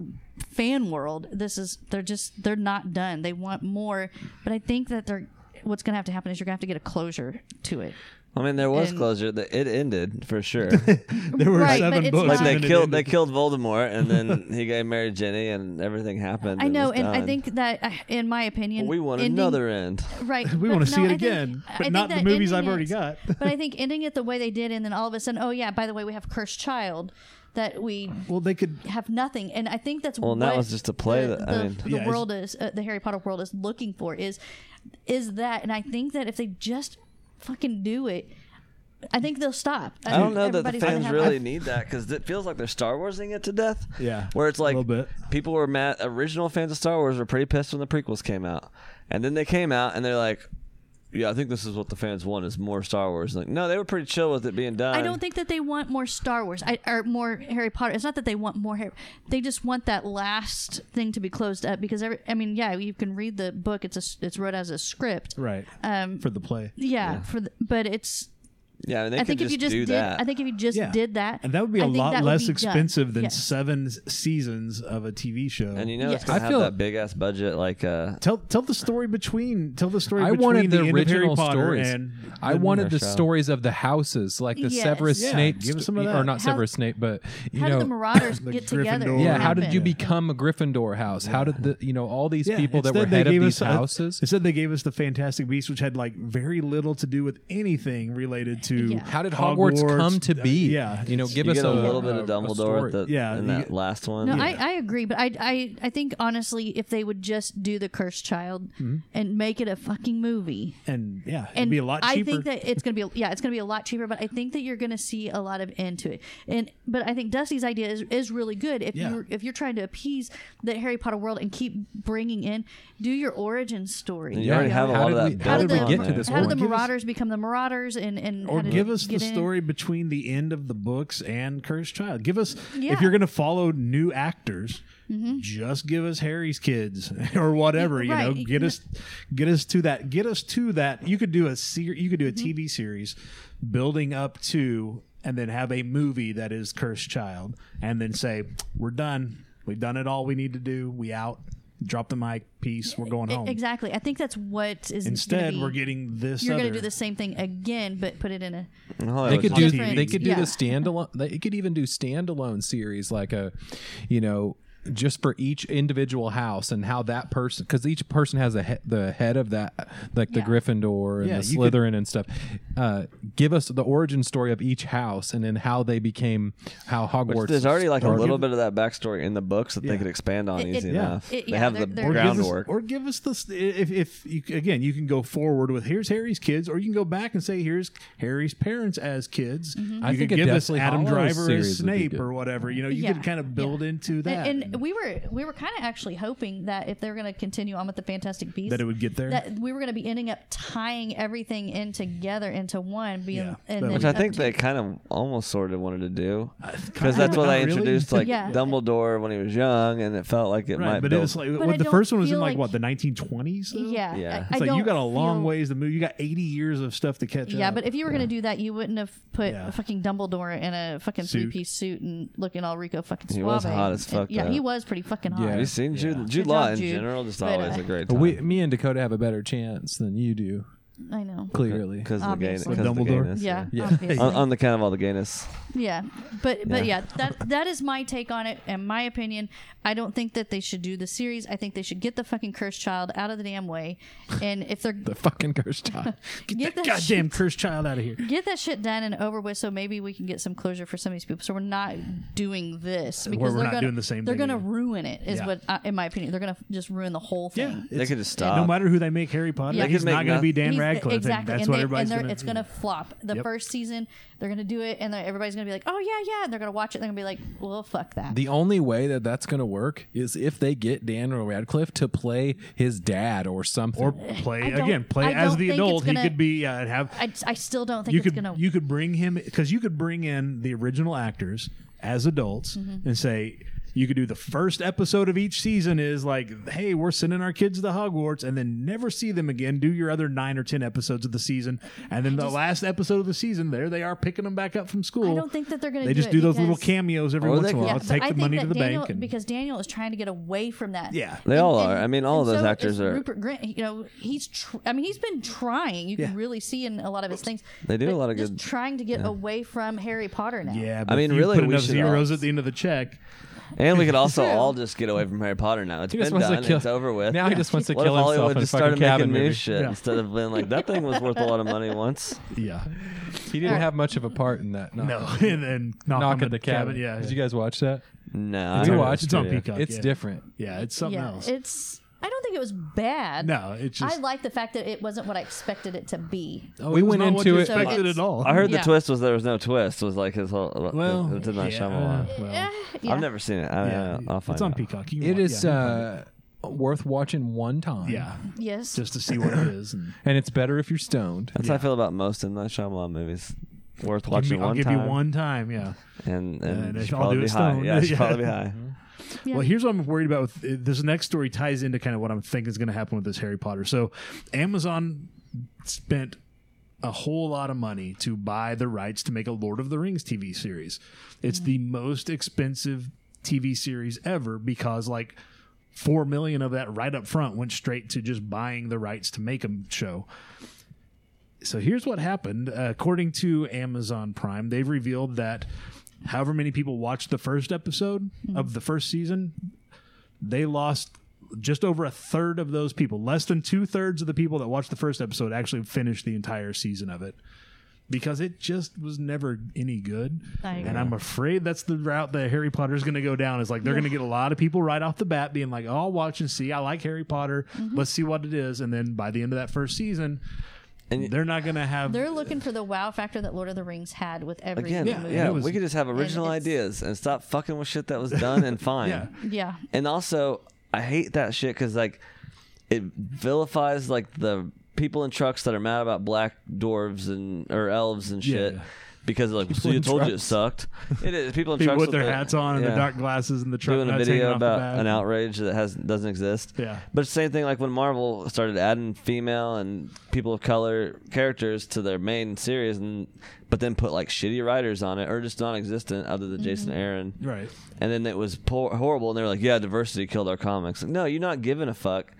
Speaker 4: fan world this is they're just they're not done they want more but i think that they're what's gonna have to happen is you're gonna have to get a closure to it
Speaker 2: I mean, there was
Speaker 4: And-
Speaker 2: closure. That it ended for sure.
Speaker 1: There were
Speaker 4: Right, but
Speaker 1: seven
Speaker 4: it's
Speaker 1: books.
Speaker 4: not-
Speaker 2: like
Speaker 1: and
Speaker 2: they
Speaker 1: then it
Speaker 2: killed they
Speaker 1: ended.
Speaker 2: killed Voldemort, and then he got married Jenny, and everything happened.
Speaker 4: i know
Speaker 2: was
Speaker 4: and i
Speaker 2: done.
Speaker 4: think that uh, in my opinion
Speaker 2: we want
Speaker 4: ending-
Speaker 2: another end.
Speaker 4: right
Speaker 1: We
Speaker 4: but
Speaker 1: want to
Speaker 4: no,
Speaker 1: see
Speaker 4: I
Speaker 1: it
Speaker 4: think-
Speaker 1: again,
Speaker 4: I
Speaker 1: but
Speaker 4: think
Speaker 1: not the
Speaker 4: that
Speaker 1: movies I've
Speaker 4: ending
Speaker 1: already
Speaker 4: it-
Speaker 1: got.
Speaker 4: but i think ending it the way they did and then all of a sudden oh yeah by the way we have cursed child that we
Speaker 1: Well, they could.
Speaker 4: have nothing and i think that's
Speaker 2: Well, and that
Speaker 4: what
Speaker 2: was just a play
Speaker 4: the,
Speaker 2: that- I
Speaker 4: the-
Speaker 2: mean-
Speaker 4: the
Speaker 1: Yeah, it's-
Speaker 4: world is uh, the harry potter world is looking for is is that and i think that if they just fucking do it i think they'll stop
Speaker 2: I don't know that the
Speaker 4: everybody's gonna
Speaker 2: fans
Speaker 4: have-
Speaker 2: really need that because it feels like they're Star Warsing it to death.
Speaker 1: Yeah,
Speaker 2: where it's like
Speaker 1: a little bit.
Speaker 2: people were mad. Original fans of Star Wars were pretty pissed when the prequels came out, and then they came out and they're like, "Yeah, I think this is what the fans want is more Star Wars." Like, no, they were pretty chill with it being done.
Speaker 4: I don't think that they want more Star Wars I, or more Harry Potter. It's not that they want more Harry. They just want that last thing to be closed up because every, I mean, yeah, you can read the book. It's a s it's wrote as a script.
Speaker 1: Right
Speaker 4: Um,
Speaker 1: for the play,
Speaker 4: yeah, for the, but it's
Speaker 2: Yeah, I mean, they
Speaker 4: I
Speaker 2: could
Speaker 4: think if
Speaker 2: just,
Speaker 4: you just
Speaker 2: do
Speaker 4: did,
Speaker 2: that.
Speaker 4: I think if you just
Speaker 1: Yeah.
Speaker 4: did that,
Speaker 1: and that would be a
Speaker 4: a
Speaker 1: lot less expensive than
Speaker 4: Yeah.
Speaker 1: seven s- seasons of a TV show.
Speaker 2: and you know it's
Speaker 4: Yes.
Speaker 2: gonna
Speaker 3: I
Speaker 2: have
Speaker 3: feel-
Speaker 2: that big ass budget. Like, uh,
Speaker 1: tell tell the story between tell the story
Speaker 3: I
Speaker 1: between
Speaker 3: wanted the,
Speaker 1: the, end of Harry
Speaker 3: original
Speaker 1: Potter
Speaker 3: stories.
Speaker 1: and
Speaker 3: I
Speaker 1: the-
Speaker 3: wanted the
Speaker 2: show.
Speaker 3: stories of the houses, like the
Speaker 4: Yes.
Speaker 3: Severus
Speaker 1: Yeah,
Speaker 3: Snape,
Speaker 1: give us some of
Speaker 3: sto-
Speaker 1: that.
Speaker 3: or not
Speaker 4: How-
Speaker 3: Severus Snape, but you
Speaker 4: How
Speaker 3: know,
Speaker 4: did the Marauders get together?
Speaker 1: Gryffindor.
Speaker 4: What
Speaker 3: yeah. How did you
Speaker 4: happened?
Speaker 3: become a Gryffindor house? How did the you know all these
Speaker 1: Yeah,
Speaker 3: people that
Speaker 1: instead
Speaker 3: were
Speaker 1: they
Speaker 3: head of
Speaker 1: gave us
Speaker 3: these
Speaker 1: a-
Speaker 3: houses?
Speaker 1: Instead, they gave us the Fantastic Beasts, which had like very little to do with anything related to
Speaker 4: Yeah.
Speaker 3: How did Hogwarts, come to
Speaker 1: uh,
Speaker 3: be?
Speaker 1: yeah,
Speaker 3: you know, give
Speaker 2: you
Speaker 3: us
Speaker 2: get a, little bit of
Speaker 3: a
Speaker 2: Dumbledore
Speaker 3: story.
Speaker 2: at the,
Speaker 1: Yeah,
Speaker 2: in
Speaker 1: you
Speaker 2: that
Speaker 1: get-
Speaker 2: last one.
Speaker 4: No, I, I agree, but I, I I think honestly, if they would just do the Cursed Child
Speaker 1: Hmm?
Speaker 4: and make it a fucking movie,
Speaker 1: and yeah, it'd
Speaker 4: and
Speaker 1: be a lot cheaper.
Speaker 4: I think that it's gonna be yeah, it's gonna be a lot cheaper, but I think that you're gonna see a lot of end to it. And but I think Dusty's idea is, is really good. If
Speaker 1: Yeah.
Speaker 4: you're if you're trying to appease the Harry Potter world and keep bringing in, do your origin story.
Speaker 2: You already have a
Speaker 3: How
Speaker 2: lot of
Speaker 3: did
Speaker 2: that.
Speaker 3: we-
Speaker 4: how did,
Speaker 2: built
Speaker 4: the,
Speaker 2: on
Speaker 3: we get to
Speaker 2: there.
Speaker 3: this
Speaker 4: how did
Speaker 3: point?
Speaker 4: the
Speaker 1: Give us-
Speaker 4: Marauders become the Marauders and and
Speaker 1: or
Speaker 4: how did
Speaker 1: give
Speaker 4: it
Speaker 1: us the
Speaker 4: get in?
Speaker 1: story between the end of the books and Cursed Child. Give us if
Speaker 4: Yeah. Mm-hmm.
Speaker 1: you're going to follow new actors, just give us Harry's kids or whatever. You know,
Speaker 4: Right.
Speaker 1: get us get us to that. Get us to that. You could do a ser- You could do a
Speaker 4: Mm-hmm.
Speaker 1: TV series building up to, and then have a movie that is Cursed Child, and then say we're done. We've done it all we need to do. We out. Drop the mic. Peace. We're going
Speaker 4: E-
Speaker 1: home.
Speaker 4: Exactly. I think that's what is gonna
Speaker 1: Instead,
Speaker 4: be-
Speaker 1: we're getting this.
Speaker 4: You're going
Speaker 1: other-
Speaker 4: to do the same thing again, but put it in a.
Speaker 3: They
Speaker 2: Hollywood
Speaker 3: could
Speaker 2: Hall.
Speaker 3: do
Speaker 4: Different-
Speaker 3: they could do
Speaker 4: yeah.
Speaker 3: the standalone. They could even do standalone series like a, you know, just for each individual house and how that person because each person has a he- the head of that like the
Speaker 4: Yeah.
Speaker 3: Gryffindor and
Speaker 1: Yeah,
Speaker 3: the
Speaker 1: you could-
Speaker 3: Slytherin and stuff. Uh, give us the origin story of each house and then how they became how Hogwarts.
Speaker 2: Which there's already like a
Speaker 3: started.
Speaker 2: little bit of that backstory in the books that they
Speaker 1: Yeah.
Speaker 2: could expand on
Speaker 4: It- it-
Speaker 2: easy
Speaker 4: yeah.
Speaker 2: enough.
Speaker 4: It-
Speaker 2: they
Speaker 4: yeah,
Speaker 2: have
Speaker 4: they're-
Speaker 2: the
Speaker 4: they're- Or
Speaker 1: Or give, us,
Speaker 2: groundwork.
Speaker 1: or give us this if if you, again you can go forward with here's Harry's kids, or you can go back and say here's Harry's parents as kids.
Speaker 4: Mm-hmm.
Speaker 1: You
Speaker 3: I
Speaker 1: could
Speaker 3: think a
Speaker 1: give us
Speaker 3: Deathly
Speaker 1: Adam
Speaker 3: Hallows
Speaker 1: Driver as
Speaker 3: series would be
Speaker 1: Snape
Speaker 3: good.
Speaker 1: or whatever. You know, you
Speaker 4: Yeah,
Speaker 1: could kind of build
Speaker 4: yeah.
Speaker 1: into that,
Speaker 4: And, and we were we were kind of actually hoping that if they were going to continue on with the Fantastic Beasts,
Speaker 1: that it would get there.
Speaker 4: that we were going to be ending up tying everything in together into one. Being
Speaker 1: Yeah,
Speaker 4: and
Speaker 1: that
Speaker 4: then
Speaker 1: would-
Speaker 2: Which I
Speaker 4: up
Speaker 2: think
Speaker 4: to-
Speaker 2: they kind of almost sort of wanted to do because
Speaker 1: Uh, kinda,
Speaker 2: that's what
Speaker 1: not
Speaker 2: they
Speaker 1: really.
Speaker 2: introduced, like
Speaker 4: Yeah.
Speaker 2: Dumbledore when he was young, and it felt like it might.
Speaker 1: right, but it
Speaker 2: build-
Speaker 1: was like
Speaker 4: But I
Speaker 1: what, the
Speaker 4: don't
Speaker 1: first one was in
Speaker 4: feel
Speaker 1: like,
Speaker 4: like-
Speaker 1: what the 1920s. though?
Speaker 4: yeah,
Speaker 2: Yeah.
Speaker 4: I, I
Speaker 1: so
Speaker 4: don't
Speaker 1: you got a long
Speaker 4: feel-
Speaker 1: ways to move. You got 80 years of stuff to catch
Speaker 4: Yeah,
Speaker 1: up.
Speaker 4: but if you were going to do that, you wouldn't have put
Speaker 1: Yeah.
Speaker 4: fucking Dumbledore in a fucking
Speaker 1: Suit.
Speaker 4: three piece suit and looking all Rico fucking suave.
Speaker 2: He was hot as
Speaker 4: And-
Speaker 2: fuck,
Speaker 4: yeah,
Speaker 2: though.
Speaker 4: he was pretty fucking hot.
Speaker 2: have you seen Jude, Jude
Speaker 4: Good
Speaker 2: Law
Speaker 4: job,
Speaker 2: in
Speaker 4: Jude.
Speaker 2: general? Just
Speaker 4: But,
Speaker 2: always
Speaker 4: uh,
Speaker 2: a great
Speaker 3: But
Speaker 2: time.
Speaker 3: we, me and Dakota have a better chance than you do,
Speaker 4: I know.
Speaker 3: clearly.
Speaker 2: because of the gay,
Speaker 4: Obviously.
Speaker 2: because of the
Speaker 1: Dumbledore?
Speaker 2: gayness.
Speaker 4: Yeah,
Speaker 3: Yeah.
Speaker 4: obviously.
Speaker 2: On, on the count of all the gayness.
Speaker 4: yeah, but but
Speaker 2: Yeah.
Speaker 4: yeah. that that is my take on it and my opinion. I don't think that they should do the series. I think they should get the fucking cursed child out of the damn way, and if they're
Speaker 3: The fucking cursed time.
Speaker 4: get that shit-
Speaker 1: goddamn cursed child out of here.
Speaker 4: get that shit done and over with so maybe we can get some closure for some of these people so we're not doing this because
Speaker 1: we're
Speaker 4: they're
Speaker 1: not
Speaker 4: gonna,
Speaker 1: doing the same
Speaker 4: they're
Speaker 1: thing
Speaker 4: gonna
Speaker 1: either.
Speaker 4: ruin it is
Speaker 1: Yeah.
Speaker 4: what I, in my opinion they're gonna just ruin the whole thing
Speaker 1: Yeah,
Speaker 2: They could just stop.
Speaker 1: no matter who they make Harry Potter,
Speaker 4: Yeah. They
Speaker 1: he's
Speaker 2: could make
Speaker 1: not going to be
Speaker 2: noth-
Speaker 1: Dan
Speaker 4: He's-
Speaker 1: Radcliffe.
Speaker 4: exactly
Speaker 1: That's
Speaker 4: and
Speaker 1: what
Speaker 4: they-
Speaker 1: everybody's
Speaker 4: and they're-
Speaker 1: going to.
Speaker 4: it's gonna flop the
Speaker 1: Yep.
Speaker 4: first season they're gonna do it and then everybody's gonna be like oh yeah yeah and they're gonna watch it and they're gonna be like well fuck that
Speaker 3: The only way that that's going to work is if they get Daniel Radcliffe to play his dad or something.
Speaker 1: or play
Speaker 4: I don't-
Speaker 1: again, play as
Speaker 4: I don't
Speaker 1: the
Speaker 4: think it's
Speaker 1: adult.
Speaker 4: gonna-
Speaker 1: he could be uh, have.
Speaker 4: I, I still don't think
Speaker 1: you
Speaker 4: it's
Speaker 1: could
Speaker 4: gonna
Speaker 1: you could bring him because you could bring in the original actors as adults
Speaker 4: Mm-hmm.
Speaker 1: and say you could do the first episode of each season is like hey we're sending our kids to hogwarts and then never see them again do your other nine or ten episodes of the season and then the last episode of the season there they are picking them back up from school
Speaker 4: I don't think that they're gonna
Speaker 1: they
Speaker 4: do
Speaker 1: just
Speaker 4: it
Speaker 1: do those little
Speaker 4: because-
Speaker 1: cameos every
Speaker 2: Or
Speaker 1: once
Speaker 2: they
Speaker 1: in a
Speaker 2: could-
Speaker 1: while
Speaker 4: yeah,
Speaker 1: to
Speaker 4: but
Speaker 1: take
Speaker 4: I
Speaker 1: the
Speaker 4: think
Speaker 1: money
Speaker 4: that
Speaker 1: to the
Speaker 4: Daniel,
Speaker 1: bank and
Speaker 4: because Daniel is trying to get away from that.
Speaker 1: Yeah.
Speaker 2: They all are. I mean, all of
Speaker 4: and
Speaker 2: those
Speaker 4: so
Speaker 2: actors
Speaker 4: is
Speaker 2: are-
Speaker 4: Rupert Grant, you know, he's. Tr- I mean, he's been trying. You
Speaker 1: Yeah.
Speaker 4: can really see in a lot of his things.
Speaker 2: They do a
Speaker 4: but
Speaker 2: lot of
Speaker 4: just
Speaker 2: good-
Speaker 4: Trying to get away from Harry Potter now.
Speaker 1: yeah but
Speaker 2: mean,
Speaker 1: if you
Speaker 2: really,
Speaker 1: put
Speaker 2: we
Speaker 1: enough
Speaker 2: should
Speaker 1: zeros
Speaker 2: all-
Speaker 1: at the end of the check
Speaker 2: And we could also all just get away from Harry Potter now. It's
Speaker 3: He
Speaker 2: been
Speaker 3: just wants to
Speaker 2: done.
Speaker 3: kill-
Speaker 2: It's over with.
Speaker 3: Now he just wants to
Speaker 2: what
Speaker 3: kill
Speaker 2: if
Speaker 3: himself
Speaker 2: Hollywood
Speaker 3: in
Speaker 2: just
Speaker 3: fucking
Speaker 2: started making
Speaker 3: cabin
Speaker 2: new
Speaker 3: movie?
Speaker 2: shit
Speaker 1: Yeah.
Speaker 2: instead of being like that thing was worth a lot of money once?
Speaker 1: yeah
Speaker 3: He didn't have much of a part in that. No.
Speaker 1: no and then knock,
Speaker 3: Knock
Speaker 1: on
Speaker 3: at the cabin.
Speaker 1: yeah
Speaker 3: Did you guys watch that?
Speaker 2: No,
Speaker 3: We
Speaker 2: I-
Speaker 1: on-
Speaker 3: watched
Speaker 1: it's on
Speaker 3: it.
Speaker 1: Peacock,
Speaker 3: It's
Speaker 1: yeah.
Speaker 3: different.
Speaker 1: yeah it's something
Speaker 4: Yeah,
Speaker 1: else
Speaker 4: It's. I don't think it was bad.
Speaker 1: no it's just
Speaker 4: I like the fact that it wasn't what I expected it to be.
Speaker 1: Oh,
Speaker 3: We
Speaker 1: it was
Speaker 3: went
Speaker 1: not what
Speaker 3: into
Speaker 1: you
Speaker 3: it-
Speaker 1: expected
Speaker 4: So
Speaker 1: at all.
Speaker 2: I heard the
Speaker 4: Yeah.
Speaker 2: twist was there was no twist. Was like his whole. uh,
Speaker 1: Well,
Speaker 2: it did not
Speaker 1: yeah,
Speaker 2: Shyamalan.
Speaker 1: well,
Speaker 4: Eh, yeah.
Speaker 2: I've never seen it. I,
Speaker 1: yeah,
Speaker 2: I, will find
Speaker 1: it's on
Speaker 2: out.
Speaker 1: Peacock. You can
Speaker 3: It
Speaker 1: watch-
Speaker 3: is
Speaker 1: yeah,
Speaker 3: uh, worth watching one time.
Speaker 1: yeah,
Speaker 4: Yes.
Speaker 1: just to see what it is. And
Speaker 3: And it's better if you're stoned.
Speaker 2: That's how I feel about most M Night Shyamalan movies. Worth watching
Speaker 1: give me,
Speaker 2: one
Speaker 1: I'll give
Speaker 2: time.
Speaker 1: you one time. Yeah.
Speaker 2: and
Speaker 1: and
Speaker 2: and,
Speaker 1: they
Speaker 2: should
Speaker 1: all
Speaker 2: probably
Speaker 1: do
Speaker 2: be
Speaker 1: it
Speaker 2: high.
Speaker 1: stoned.
Speaker 2: Yeah, it should
Speaker 1: Yeah.
Speaker 2: probably be high.
Speaker 4: Yeah.
Speaker 1: Well, here's what I'm worried about. With uh, this next story ties into kind of what I'm thinking is going to happen with this Harry Potter. So, Amazon spent a whole lot of money to buy the rights to make a Lord of the Rings TV series. It's the most expensive TV series ever because like 4 million of that right up front went straight to just buying the rights to make a show. So here's what happened. Uh, according to Amazon Prime, they've revealed that however many people watched the first episode of the first season, they lost just over a third of those people. Less than two thirds of the people that watched the first episode actually finished the entire season of it because it just was never any good.
Speaker 4: I agree.
Speaker 1: And I'm afraid that's the route that Harry Potter's going to go down. Is like they're going to get a lot of people right off the bat being like, "Oh, I'll watch and see. I like Harry Potter.
Speaker 2: Mm-hmm.
Speaker 1: Let's see what it is." And then by the end of that first season,
Speaker 2: And-
Speaker 1: they're not going to have
Speaker 4: They're looking for the wow factor that Lord of the Rings had with every
Speaker 2: Again, yeah,
Speaker 4: movie.
Speaker 1: it was-
Speaker 2: we could just have original
Speaker 4: it's-
Speaker 2: ideas and stop fucking with shit that was done and fine.
Speaker 1: Yeah.
Speaker 4: Yeah.
Speaker 2: And also, I hate that shit because like it vilifies like the people in trucks that are mad about black dwarves and or elves and shit
Speaker 1: Yeah.
Speaker 2: because like so you
Speaker 3: in
Speaker 2: told you it
Speaker 3: trucks.
Speaker 2: sucked. It is people in
Speaker 1: people
Speaker 2: trucks
Speaker 1: with their
Speaker 2: the-
Speaker 1: hats on and
Speaker 2: yeah.
Speaker 1: their dark glasses and the truck
Speaker 2: doing a
Speaker 1: nuts hanging
Speaker 2: video
Speaker 1: off the
Speaker 2: about
Speaker 1: back.
Speaker 2: an outrage that has doesn't exist.
Speaker 1: Yeah.
Speaker 2: But it's the same thing like when Marvel started adding female and people of color characters to their main series and but then put like shitty writers on it or just non existent other than Jason Aaron.
Speaker 1: Mm-hmm. Right.
Speaker 2: And then it was poor, horrible and they were like, Yeah, diversity killed our comics. Like, no, you're not giving a fuck.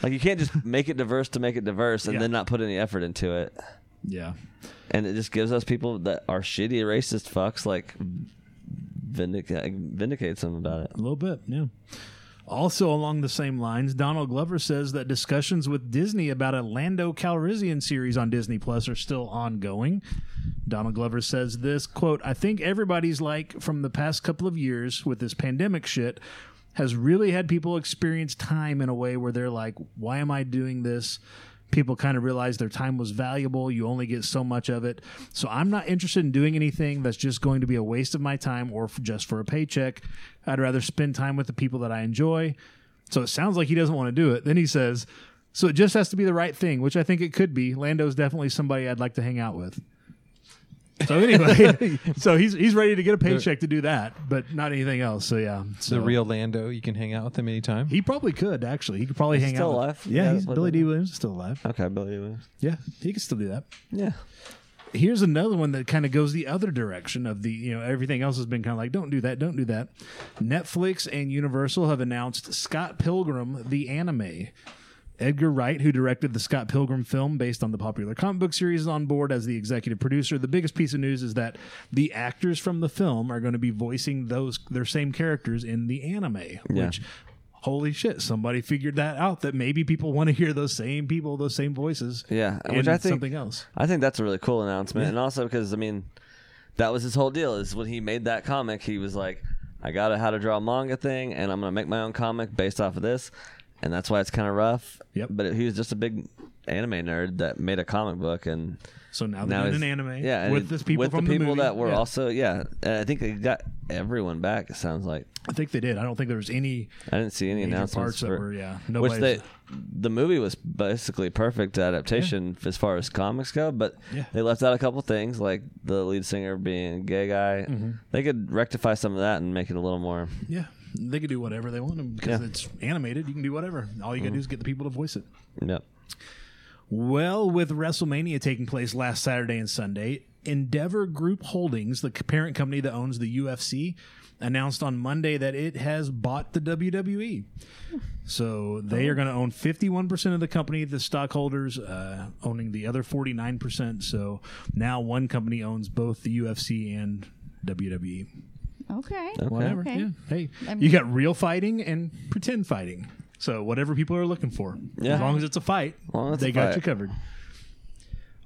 Speaker 2: Like you can't just make it diverse to make it diverse and
Speaker 1: Yeah.
Speaker 2: then not put any effort into it.
Speaker 1: Yeah.
Speaker 2: And it just gives us people that are shitty racist fucks like vindicate vindicates him about it.
Speaker 1: A little bit, yeah. Also, along the same lines, Donald Glover says that discussions with Disney about a Lando Calrissian series on Disney Plus are still ongoing. Donald Glover says this quote: "I think everybody's like from the past couple of years with this pandemic shit has really had people experience time in a way where they're like, why am I doing this?" People kind of realize their time was valuable. You only get so much of it. So I'm not interested in doing anything that's just going to be a waste of my time or f- just for a paycheck. I'd rather spend time with the people that I enjoy. So it sounds like he doesn't want to do it. Then he says, So it just has to be the right thing, which I think it could be. Lando's definitely somebody I'd like to hang out with. So anyway, so he's he's ready to get a paycheck to do that, but not anything else. So yeah, so
Speaker 3: The real Lando, you can hang out with him anytime.
Speaker 1: he probably could actually. He could probably hang out.
Speaker 2: still
Speaker 1: with-
Speaker 2: alive?
Speaker 1: Yeah,
Speaker 2: Yeah,
Speaker 1: he's,
Speaker 2: what
Speaker 1: Billy
Speaker 2: the-
Speaker 1: D. Williams is still alive.
Speaker 2: Okay, I believe it.
Speaker 1: Yeah, he could still do that.
Speaker 2: Yeah.
Speaker 1: here's another one that kind of goes the other direction of the you know everything else has been kind of like don't do that don't do that netflix and universal have announced scott pilgrim the anime edgar wright who directed the scott pilgrim film based on the popular comic book series is on board as the executive producer the biggest piece of news is that the actors from the film are going to be voicing those their same characters in the anime which Holy shit! Somebody figured that out. That maybe people want to hear those same people, those same voices.
Speaker 2: Yeah,
Speaker 1: in
Speaker 2: which I think-
Speaker 1: something else.
Speaker 2: I think that's a really cool announcement, and also because I mean, that was his whole deal. Is when he made that comic, he was like, "I got a how to draw manga thing, and I'm gonna make my own comic based off of this," and that's why it's kind of rough.
Speaker 1: Yep.
Speaker 2: But he was just a big anime nerd that made a comic book, and
Speaker 1: So now
Speaker 2: now
Speaker 1: they're in
Speaker 2: he's-
Speaker 1: an anime.
Speaker 2: Yeah, and
Speaker 1: with
Speaker 2: it-
Speaker 1: this people
Speaker 2: with
Speaker 1: from
Speaker 2: the people
Speaker 1: movie.
Speaker 2: that were
Speaker 1: Yeah.
Speaker 2: also yeah. and I think they got everyone back. It sounds like
Speaker 1: I think they did. I don't think there was any
Speaker 2: I didn't see any
Speaker 1: major parts
Speaker 2: announcements
Speaker 1: that
Speaker 2: for-
Speaker 1: were yeah.
Speaker 2: which
Speaker 1: Nobody's
Speaker 2: they the movie was basically perfect adaptation as far as comics go but
Speaker 1: Yeah.
Speaker 2: they left out a couple things like the lead singer being a gay guy
Speaker 1: Mm-hmm.
Speaker 2: they could rectify some of that and make it a little more
Speaker 1: yeah. They could do whatever they want because
Speaker 2: Yeah. Mm-hmm.
Speaker 1: it's animated. You can do whatever. All you got to do is get the people to voice it.
Speaker 2: yep
Speaker 1: Well, with WrestleMania taking place last Saturday and Sunday, Endeavor Group Holdings, the parent company that owns the UFC, announced on Monday that it has bought the WWE. So they are going to own 51% of the company, the stockholders uh, owning the other 49%. So now one company owns both the UFC and E. WWE.
Speaker 4: Okay.
Speaker 1: Whatever.
Speaker 4: Okay.
Speaker 1: Yeah. Hey,
Speaker 4: I'm-
Speaker 1: you got real fighting and pretend fighting. So whatever people are looking for,
Speaker 2: Yeah.
Speaker 1: as long as it's a fight,
Speaker 2: long as
Speaker 1: they
Speaker 2: it's a
Speaker 1: got
Speaker 2: fight.
Speaker 1: you covered.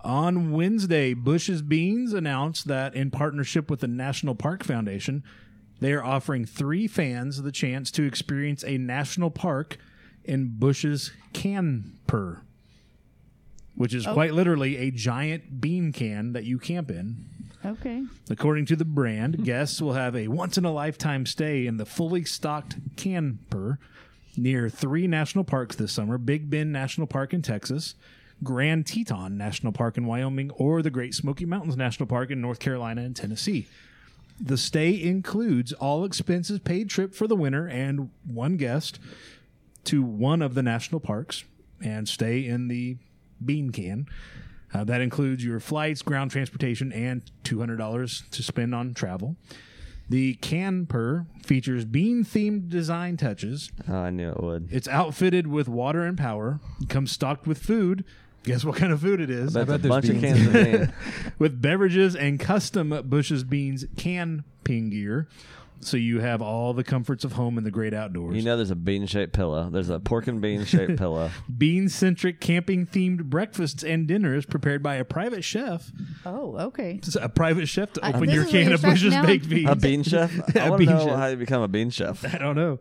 Speaker 1: On Wednesday, Bush's Beans announced that in partnership with the National Park Foundation, they are offering three fans the chance to experience a national park in Bush's camper, which is quite literally a giant bean can that you camp in.
Speaker 4: Okay.
Speaker 1: According to the brand, guests will have a once in a lifetime stay in the fully stocked camper near three national parks this summer Big Bend National Park in Texas, Grand Teton National Park in Wyoming, or the Great Smoky Mountains National Park in North Carolina and Tennessee. The stay includes all expenses paid trip for the winter and one guest to one of the national parks and stay in the bean can. Uh, that includes your flights, ground transportation, and $200 to spend on travel. The Canper features bean themed design touches.
Speaker 2: oh, i knew it would
Speaker 1: It's outfitted with water and power, It comes stocked with food. Guess what kind of food it is?
Speaker 2: that's a
Speaker 3: bet there's
Speaker 2: bunch of
Speaker 3: beans.
Speaker 2: cans of beans
Speaker 1: with beverages and custom Bush's Beans camping gear. So you have all the comforts of home and the great outdoors.
Speaker 2: you know there's a bean shaped pillow there's a pork and bean shaped pillow
Speaker 1: Bean centric camping themed breakfasts and dinners prepared by a private chef.
Speaker 4: Oh, okay.
Speaker 1: It's a private chef to
Speaker 4: I-
Speaker 1: open
Speaker 4: this
Speaker 1: your
Speaker 4: is where
Speaker 1: can
Speaker 4: you
Speaker 1: of
Speaker 4: start-
Speaker 1: Bush's
Speaker 4: now-
Speaker 1: baked beans.
Speaker 2: a bean chef i
Speaker 1: A
Speaker 2: want
Speaker 1: bean
Speaker 2: to know
Speaker 1: chef.
Speaker 2: how you become a bean chef
Speaker 1: I don't know.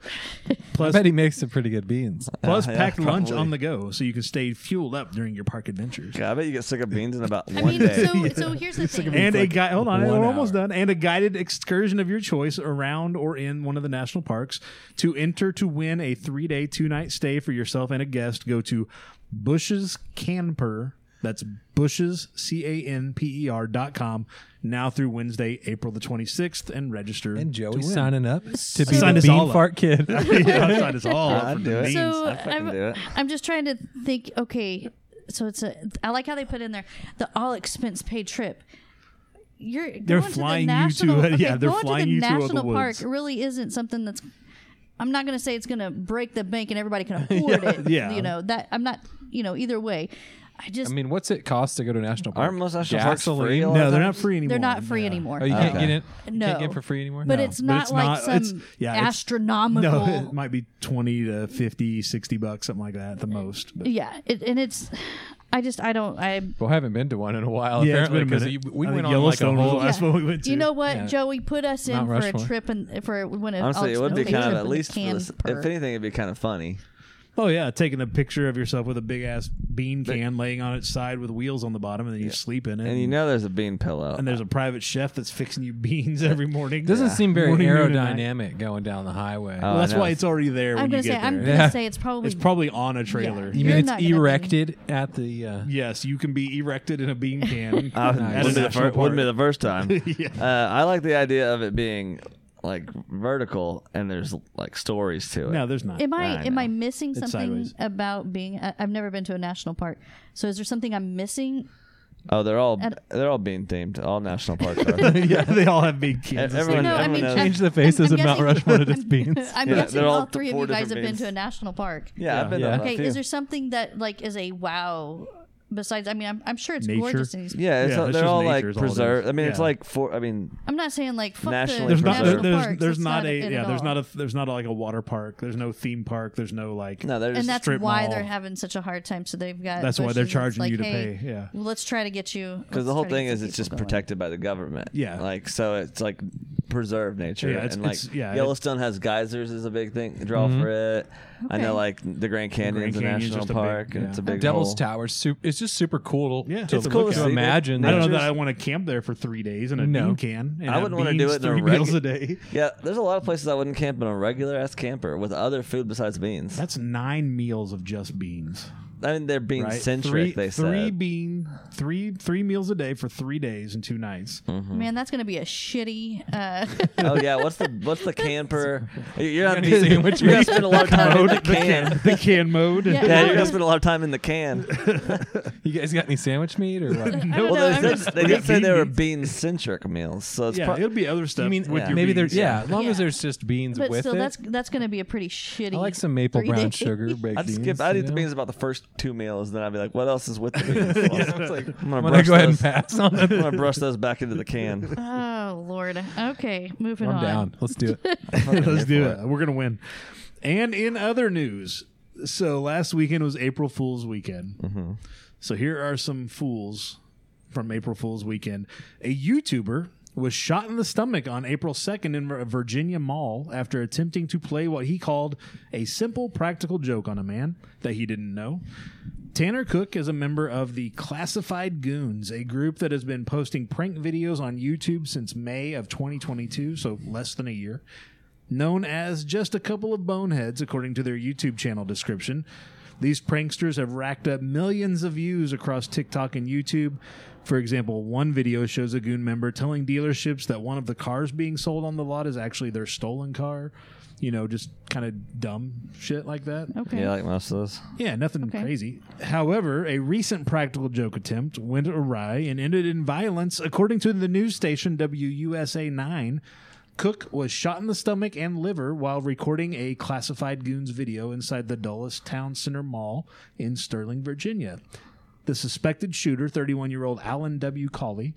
Speaker 1: Plus,
Speaker 3: I bet he makes some pretty good beans.
Speaker 1: plus
Speaker 2: Uh, Yeah,
Speaker 1: packed lunch
Speaker 2: probably.
Speaker 1: on the go so you can stay fueled up during your park adventures.
Speaker 2: God, i bet you get sick of beans in about
Speaker 4: I
Speaker 2: one
Speaker 4: mean,
Speaker 2: day
Speaker 4: so so here's the thing.
Speaker 1: And a
Speaker 3: like
Speaker 1: guy, hold on,
Speaker 3: one
Speaker 1: we're almost
Speaker 3: hour.
Speaker 1: done. And a guided excursion of your choice around or in one of the national parks. To enter to win a three day, two night stay for yourself and a guest, go to Bush's Canper. That's Bush's C A N P E R dot com now through Wednesday, April the twenty sixth, and register.
Speaker 3: And Joey
Speaker 1: to win.
Speaker 3: signing up to be
Speaker 1: Signed
Speaker 3: the
Speaker 1: us all
Speaker 3: bean
Speaker 1: up.
Speaker 3: fart kid.
Speaker 1: yeah, I signed us all up
Speaker 2: I'd
Speaker 1: for
Speaker 2: do it.
Speaker 1: beans.
Speaker 4: So uh,
Speaker 2: I fucking
Speaker 4: I'm,
Speaker 2: do it.
Speaker 4: I'm just trying to think. Okay, so it's a. I like how they put in there the all expense paid trip. You're
Speaker 1: They're
Speaker 4: going
Speaker 1: flying you
Speaker 4: to
Speaker 1: to
Speaker 4: the national,
Speaker 1: a- yeah,
Speaker 4: okay,
Speaker 1: they're
Speaker 4: going
Speaker 1: flying
Speaker 4: to the
Speaker 1: you to
Speaker 4: national
Speaker 1: the
Speaker 4: park.
Speaker 1: woods.
Speaker 4: Really isn't something that's. I'm not going to say it's going to break the bank and everybody can afford it.
Speaker 1: yeah.
Speaker 4: you know that I'm not. You know either way, I just
Speaker 3: I mean, what's it cost to go to a national park?
Speaker 2: Aren't most national parks free
Speaker 3: Gasoline?
Speaker 2: a lot of
Speaker 1: No, they're
Speaker 2: times?
Speaker 1: not free anymore.
Speaker 4: they're not free
Speaker 1: No.
Speaker 4: anymore.
Speaker 3: Oh, you can't
Speaker 2: Okay.
Speaker 3: get it. You
Speaker 4: No.
Speaker 3: can't get it for free anymore.
Speaker 4: but
Speaker 1: Uh, No,
Speaker 4: it's not
Speaker 1: it's
Speaker 4: like
Speaker 1: not-
Speaker 4: some
Speaker 1: it's- yeah, it's-
Speaker 4: astronomical.
Speaker 1: No, it might be 20 to 50, 60 bucks, something like that at the most. But
Speaker 4: yeah, it, and it's. I just I don't I.
Speaker 3: Well, I haven't been to one in a while.
Speaker 1: yeah, it's
Speaker 3: apparently,
Speaker 1: been a
Speaker 3: 'cause
Speaker 1: minute.
Speaker 3: you- we
Speaker 1: I think
Speaker 3: went on like a
Speaker 1: Yellowstone was the
Speaker 3: whole.
Speaker 1: last
Speaker 4: Yeah.
Speaker 1: one we went to.
Speaker 4: You know what,
Speaker 3: Yeah.
Speaker 4: Joey? Put us in
Speaker 3: Mount
Speaker 4: for
Speaker 3: Rushmore.
Speaker 4: a trip and for when it
Speaker 2: Honestly, it would be
Speaker 4: ultimately
Speaker 2: kind of
Speaker 4: ends
Speaker 2: at
Speaker 4: up in a
Speaker 2: least. For
Speaker 4: can
Speaker 2: this,
Speaker 4: per-
Speaker 2: if anything, it'd be kind of funny.
Speaker 1: Oh yeah, taking a picture of yourself with a big ass bean can laying on its side with wheels on the bottom, and then you sleep in it.
Speaker 2: And you know, there's a bean pillow.
Speaker 1: and there's a private chef that's fixing you beans every morning.
Speaker 3: Doesn't seem very
Speaker 1: Morning, noon, and night.
Speaker 3: aerodynamic going down the highway.
Speaker 2: Oh,
Speaker 1: Well, that's
Speaker 2: I know.
Speaker 1: why it's already there
Speaker 4: I'm
Speaker 1: when you
Speaker 4: gonna say
Speaker 1: get
Speaker 4: I'm
Speaker 1: there.
Speaker 4: gonna
Speaker 3: Yeah.
Speaker 4: say it's probably
Speaker 1: It's probably on a trailer.
Speaker 3: you
Speaker 4: You're
Speaker 3: mean it's
Speaker 4: not gonna be-
Speaker 3: erected at the? Uh,
Speaker 1: Yes, you can be erected in a bean can.
Speaker 2: Uh,
Speaker 1: at a
Speaker 2: wouldn't, be the
Speaker 1: national
Speaker 2: fir- wouldn't be
Speaker 1: park.
Speaker 2: the first time. uh, I like the idea of it being like vertical and there's like stories to it.
Speaker 1: no, there's not.
Speaker 4: Am I,
Speaker 2: I
Speaker 4: am
Speaker 2: know.
Speaker 4: I missing something
Speaker 1: sideways.
Speaker 4: about being? I, I've never been to a national park, so is there something I'm missing?
Speaker 2: oh, they're all
Speaker 4: And-
Speaker 2: they're all bean themed. All national parks are.
Speaker 1: yeah, they all have bean cans. It's
Speaker 2: Everyone-
Speaker 1: like-
Speaker 4: No, I
Speaker 2: everyone
Speaker 4: mean
Speaker 2: knows.
Speaker 4: I'm-
Speaker 3: Change the faces
Speaker 4: I'm
Speaker 3: of Mount
Speaker 4: guessing-
Speaker 3: Rushmore to just
Speaker 4: I'm-
Speaker 3: beans.
Speaker 4: I'm
Speaker 2: Yeah,
Speaker 4: guessing
Speaker 2: they're
Speaker 4: all,
Speaker 2: all
Speaker 4: three of
Speaker 2: four
Speaker 4: you guys
Speaker 2: different
Speaker 4: have been
Speaker 2: beans.
Speaker 4: to a national park.
Speaker 2: yeah, I've been to
Speaker 3: Yeah.
Speaker 2: a
Speaker 4: Okay,
Speaker 2: few.
Speaker 4: is there something that like is a wow? Besides, I mean, I'm, I'm sure it's
Speaker 1: Nature?
Speaker 4: gorgeous. In these,
Speaker 2: Yeah, it's
Speaker 1: Yeah,
Speaker 2: all-
Speaker 1: it's
Speaker 2: they're
Speaker 1: just
Speaker 2: all
Speaker 1: nature
Speaker 2: like
Speaker 1: is all it is.
Speaker 2: preserved. I mean, it's
Speaker 1: Yeah.
Speaker 2: like four. I mean,
Speaker 4: I'm not saying like fuck
Speaker 2: Nationally
Speaker 1: there's
Speaker 4: the
Speaker 1: not
Speaker 2: preserved.
Speaker 1: there's,
Speaker 4: national
Speaker 2: National
Speaker 1: there's,
Speaker 4: parks. That's
Speaker 1: not a
Speaker 4: it
Speaker 1: yeah
Speaker 4: at
Speaker 1: there's
Speaker 4: all.
Speaker 1: not a there's not like a water park there's no theme park there's no like
Speaker 2: no, there's
Speaker 4: and that's
Speaker 1: strip
Speaker 4: why
Speaker 1: mall.
Speaker 4: they're having such a hard time. So they've got
Speaker 1: That's why they're
Speaker 4: bushes. It's
Speaker 1: charging
Speaker 4: like,
Speaker 1: you to
Speaker 4: hey,
Speaker 1: pay, yeah.
Speaker 4: well, let's try to get you
Speaker 2: because the
Speaker 4: let's
Speaker 2: whole
Speaker 4: try to
Speaker 2: thing
Speaker 4: get
Speaker 2: is
Speaker 4: some
Speaker 2: it's just
Speaker 4: people going.
Speaker 2: protected by the government.
Speaker 1: Yeah.
Speaker 2: like so it's like preserved nature.
Speaker 1: Yeah, it's-
Speaker 2: and like
Speaker 1: it's- yeah, it-
Speaker 2: Yellowstone has geysers is a big thing. Draw for it. I
Speaker 4: Okay.
Speaker 2: know like the Grand Canyon's a
Speaker 1: Canyon's
Speaker 2: national
Speaker 1: just a big-
Speaker 2: park and
Speaker 1: yeah.
Speaker 2: it's a big
Speaker 3: Devil's
Speaker 2: hole.
Speaker 3: Tower. Super, it's just super cool.
Speaker 1: Yeah,
Speaker 3: to
Speaker 1: it's
Speaker 3: look
Speaker 1: cool to
Speaker 3: at.
Speaker 1: see.
Speaker 3: imagine.
Speaker 2: Yeah.
Speaker 1: I don't know
Speaker 3: that.
Speaker 1: that I want to camp there for three days in a
Speaker 3: No.
Speaker 1: bean can. And
Speaker 2: I
Speaker 1: have
Speaker 2: wouldn't wanna do
Speaker 1: beans
Speaker 2: it in a
Speaker 1: three
Speaker 2: regu-
Speaker 1: meals a day.
Speaker 2: Yeah, there's a lot of places I wouldn't camp in a regular ass camper with other food besides beans.
Speaker 1: That's nine meals of just beans.
Speaker 2: I mean, they're bean
Speaker 1: Right?
Speaker 2: centric.
Speaker 1: three,
Speaker 2: they
Speaker 1: three
Speaker 2: said.
Speaker 1: bean, three three meals a day for three days and two nights.
Speaker 2: Hmm. Mm-hmm.
Speaker 4: Man, that's gonna be a shitty. Uh,
Speaker 2: oh yeah, what's the what's the camper? You- You're not
Speaker 3: You're gonna
Speaker 2: busy.
Speaker 3: see
Speaker 2: You're
Speaker 3: which
Speaker 2: gonna
Speaker 3: meat.
Speaker 2: spend a lot of time in the can.
Speaker 1: Oh, the can mode.
Speaker 4: Yeah.
Speaker 2: Yeah, you're gonna spend a lot of time in the can.
Speaker 3: You guys got any sandwich meat or what?
Speaker 4: I don't
Speaker 2: Well,
Speaker 4: know.
Speaker 2: they
Speaker 4: I'm
Speaker 2: said-
Speaker 4: just-
Speaker 2: they did say they were
Speaker 1: beans.
Speaker 2: bean centric meals, so it's
Speaker 1: Yeah,
Speaker 2: pro-
Speaker 1: it'll be other stuff.
Speaker 3: You mean
Speaker 1: with your
Speaker 3: maybe
Speaker 1: beans.
Speaker 3: there's yeah, as long as
Speaker 4: Yeah.
Speaker 3: there's just beans
Speaker 4: but
Speaker 3: with
Speaker 4: still,
Speaker 3: it.
Speaker 4: that's that's gonna be a pretty shitty.
Speaker 3: I like some maple
Speaker 4: three
Speaker 3: brown
Speaker 4: days.
Speaker 3: sugar baked
Speaker 2: I'd skip.
Speaker 3: beans,
Speaker 2: I'd
Speaker 3: you
Speaker 2: eat the
Speaker 3: know?
Speaker 2: beans about the first two meals, and then I'd be like, "What else is with the beans?" It's like, I'm gonna
Speaker 3: I'm gonna
Speaker 2: brush
Speaker 3: go ahead and
Speaker 2: those-
Speaker 3: pass on it.
Speaker 2: I'm gonna brush those back into the can.
Speaker 4: Oh Lord. Okay, moving
Speaker 3: I'm
Speaker 4: on.
Speaker 3: down. Let's do it.
Speaker 1: Let's do it. We're gonna win. And in other news, so last weekend was April Fool's weekend. So here are some fools from April Fool's weekend. A YouTuber was shot in the stomach on April 2nd in a Virginia mall after attempting to play what he called a simple practical joke on a man that he didn't know. Tanner Cook is a member of the Classified Goons, a group that has been posting prank videos on YouTube since May of 2022, so less than a year. Known as just a couple of boneheads, according to their YouTube channel description, these pranksters have racked up millions of views across TikTok and YouTube. For example, one video shows a goon member telling dealerships that one of the cars being sold on the lot is actually their stolen car. You know, just kind of dumb shit like that.
Speaker 4: Okay.
Speaker 2: Yeah, like most of those.
Speaker 1: Yeah, nothing crazy. However, a recent practical joke attempt went awry and ended in violence, according to the news station WUSA 9. Cook was shot in the stomach and liver while recording a classified goons video inside the Dulles Town Center Mall in Sterling, Virginia. The suspected shooter, 31 year old Alan W. Colley,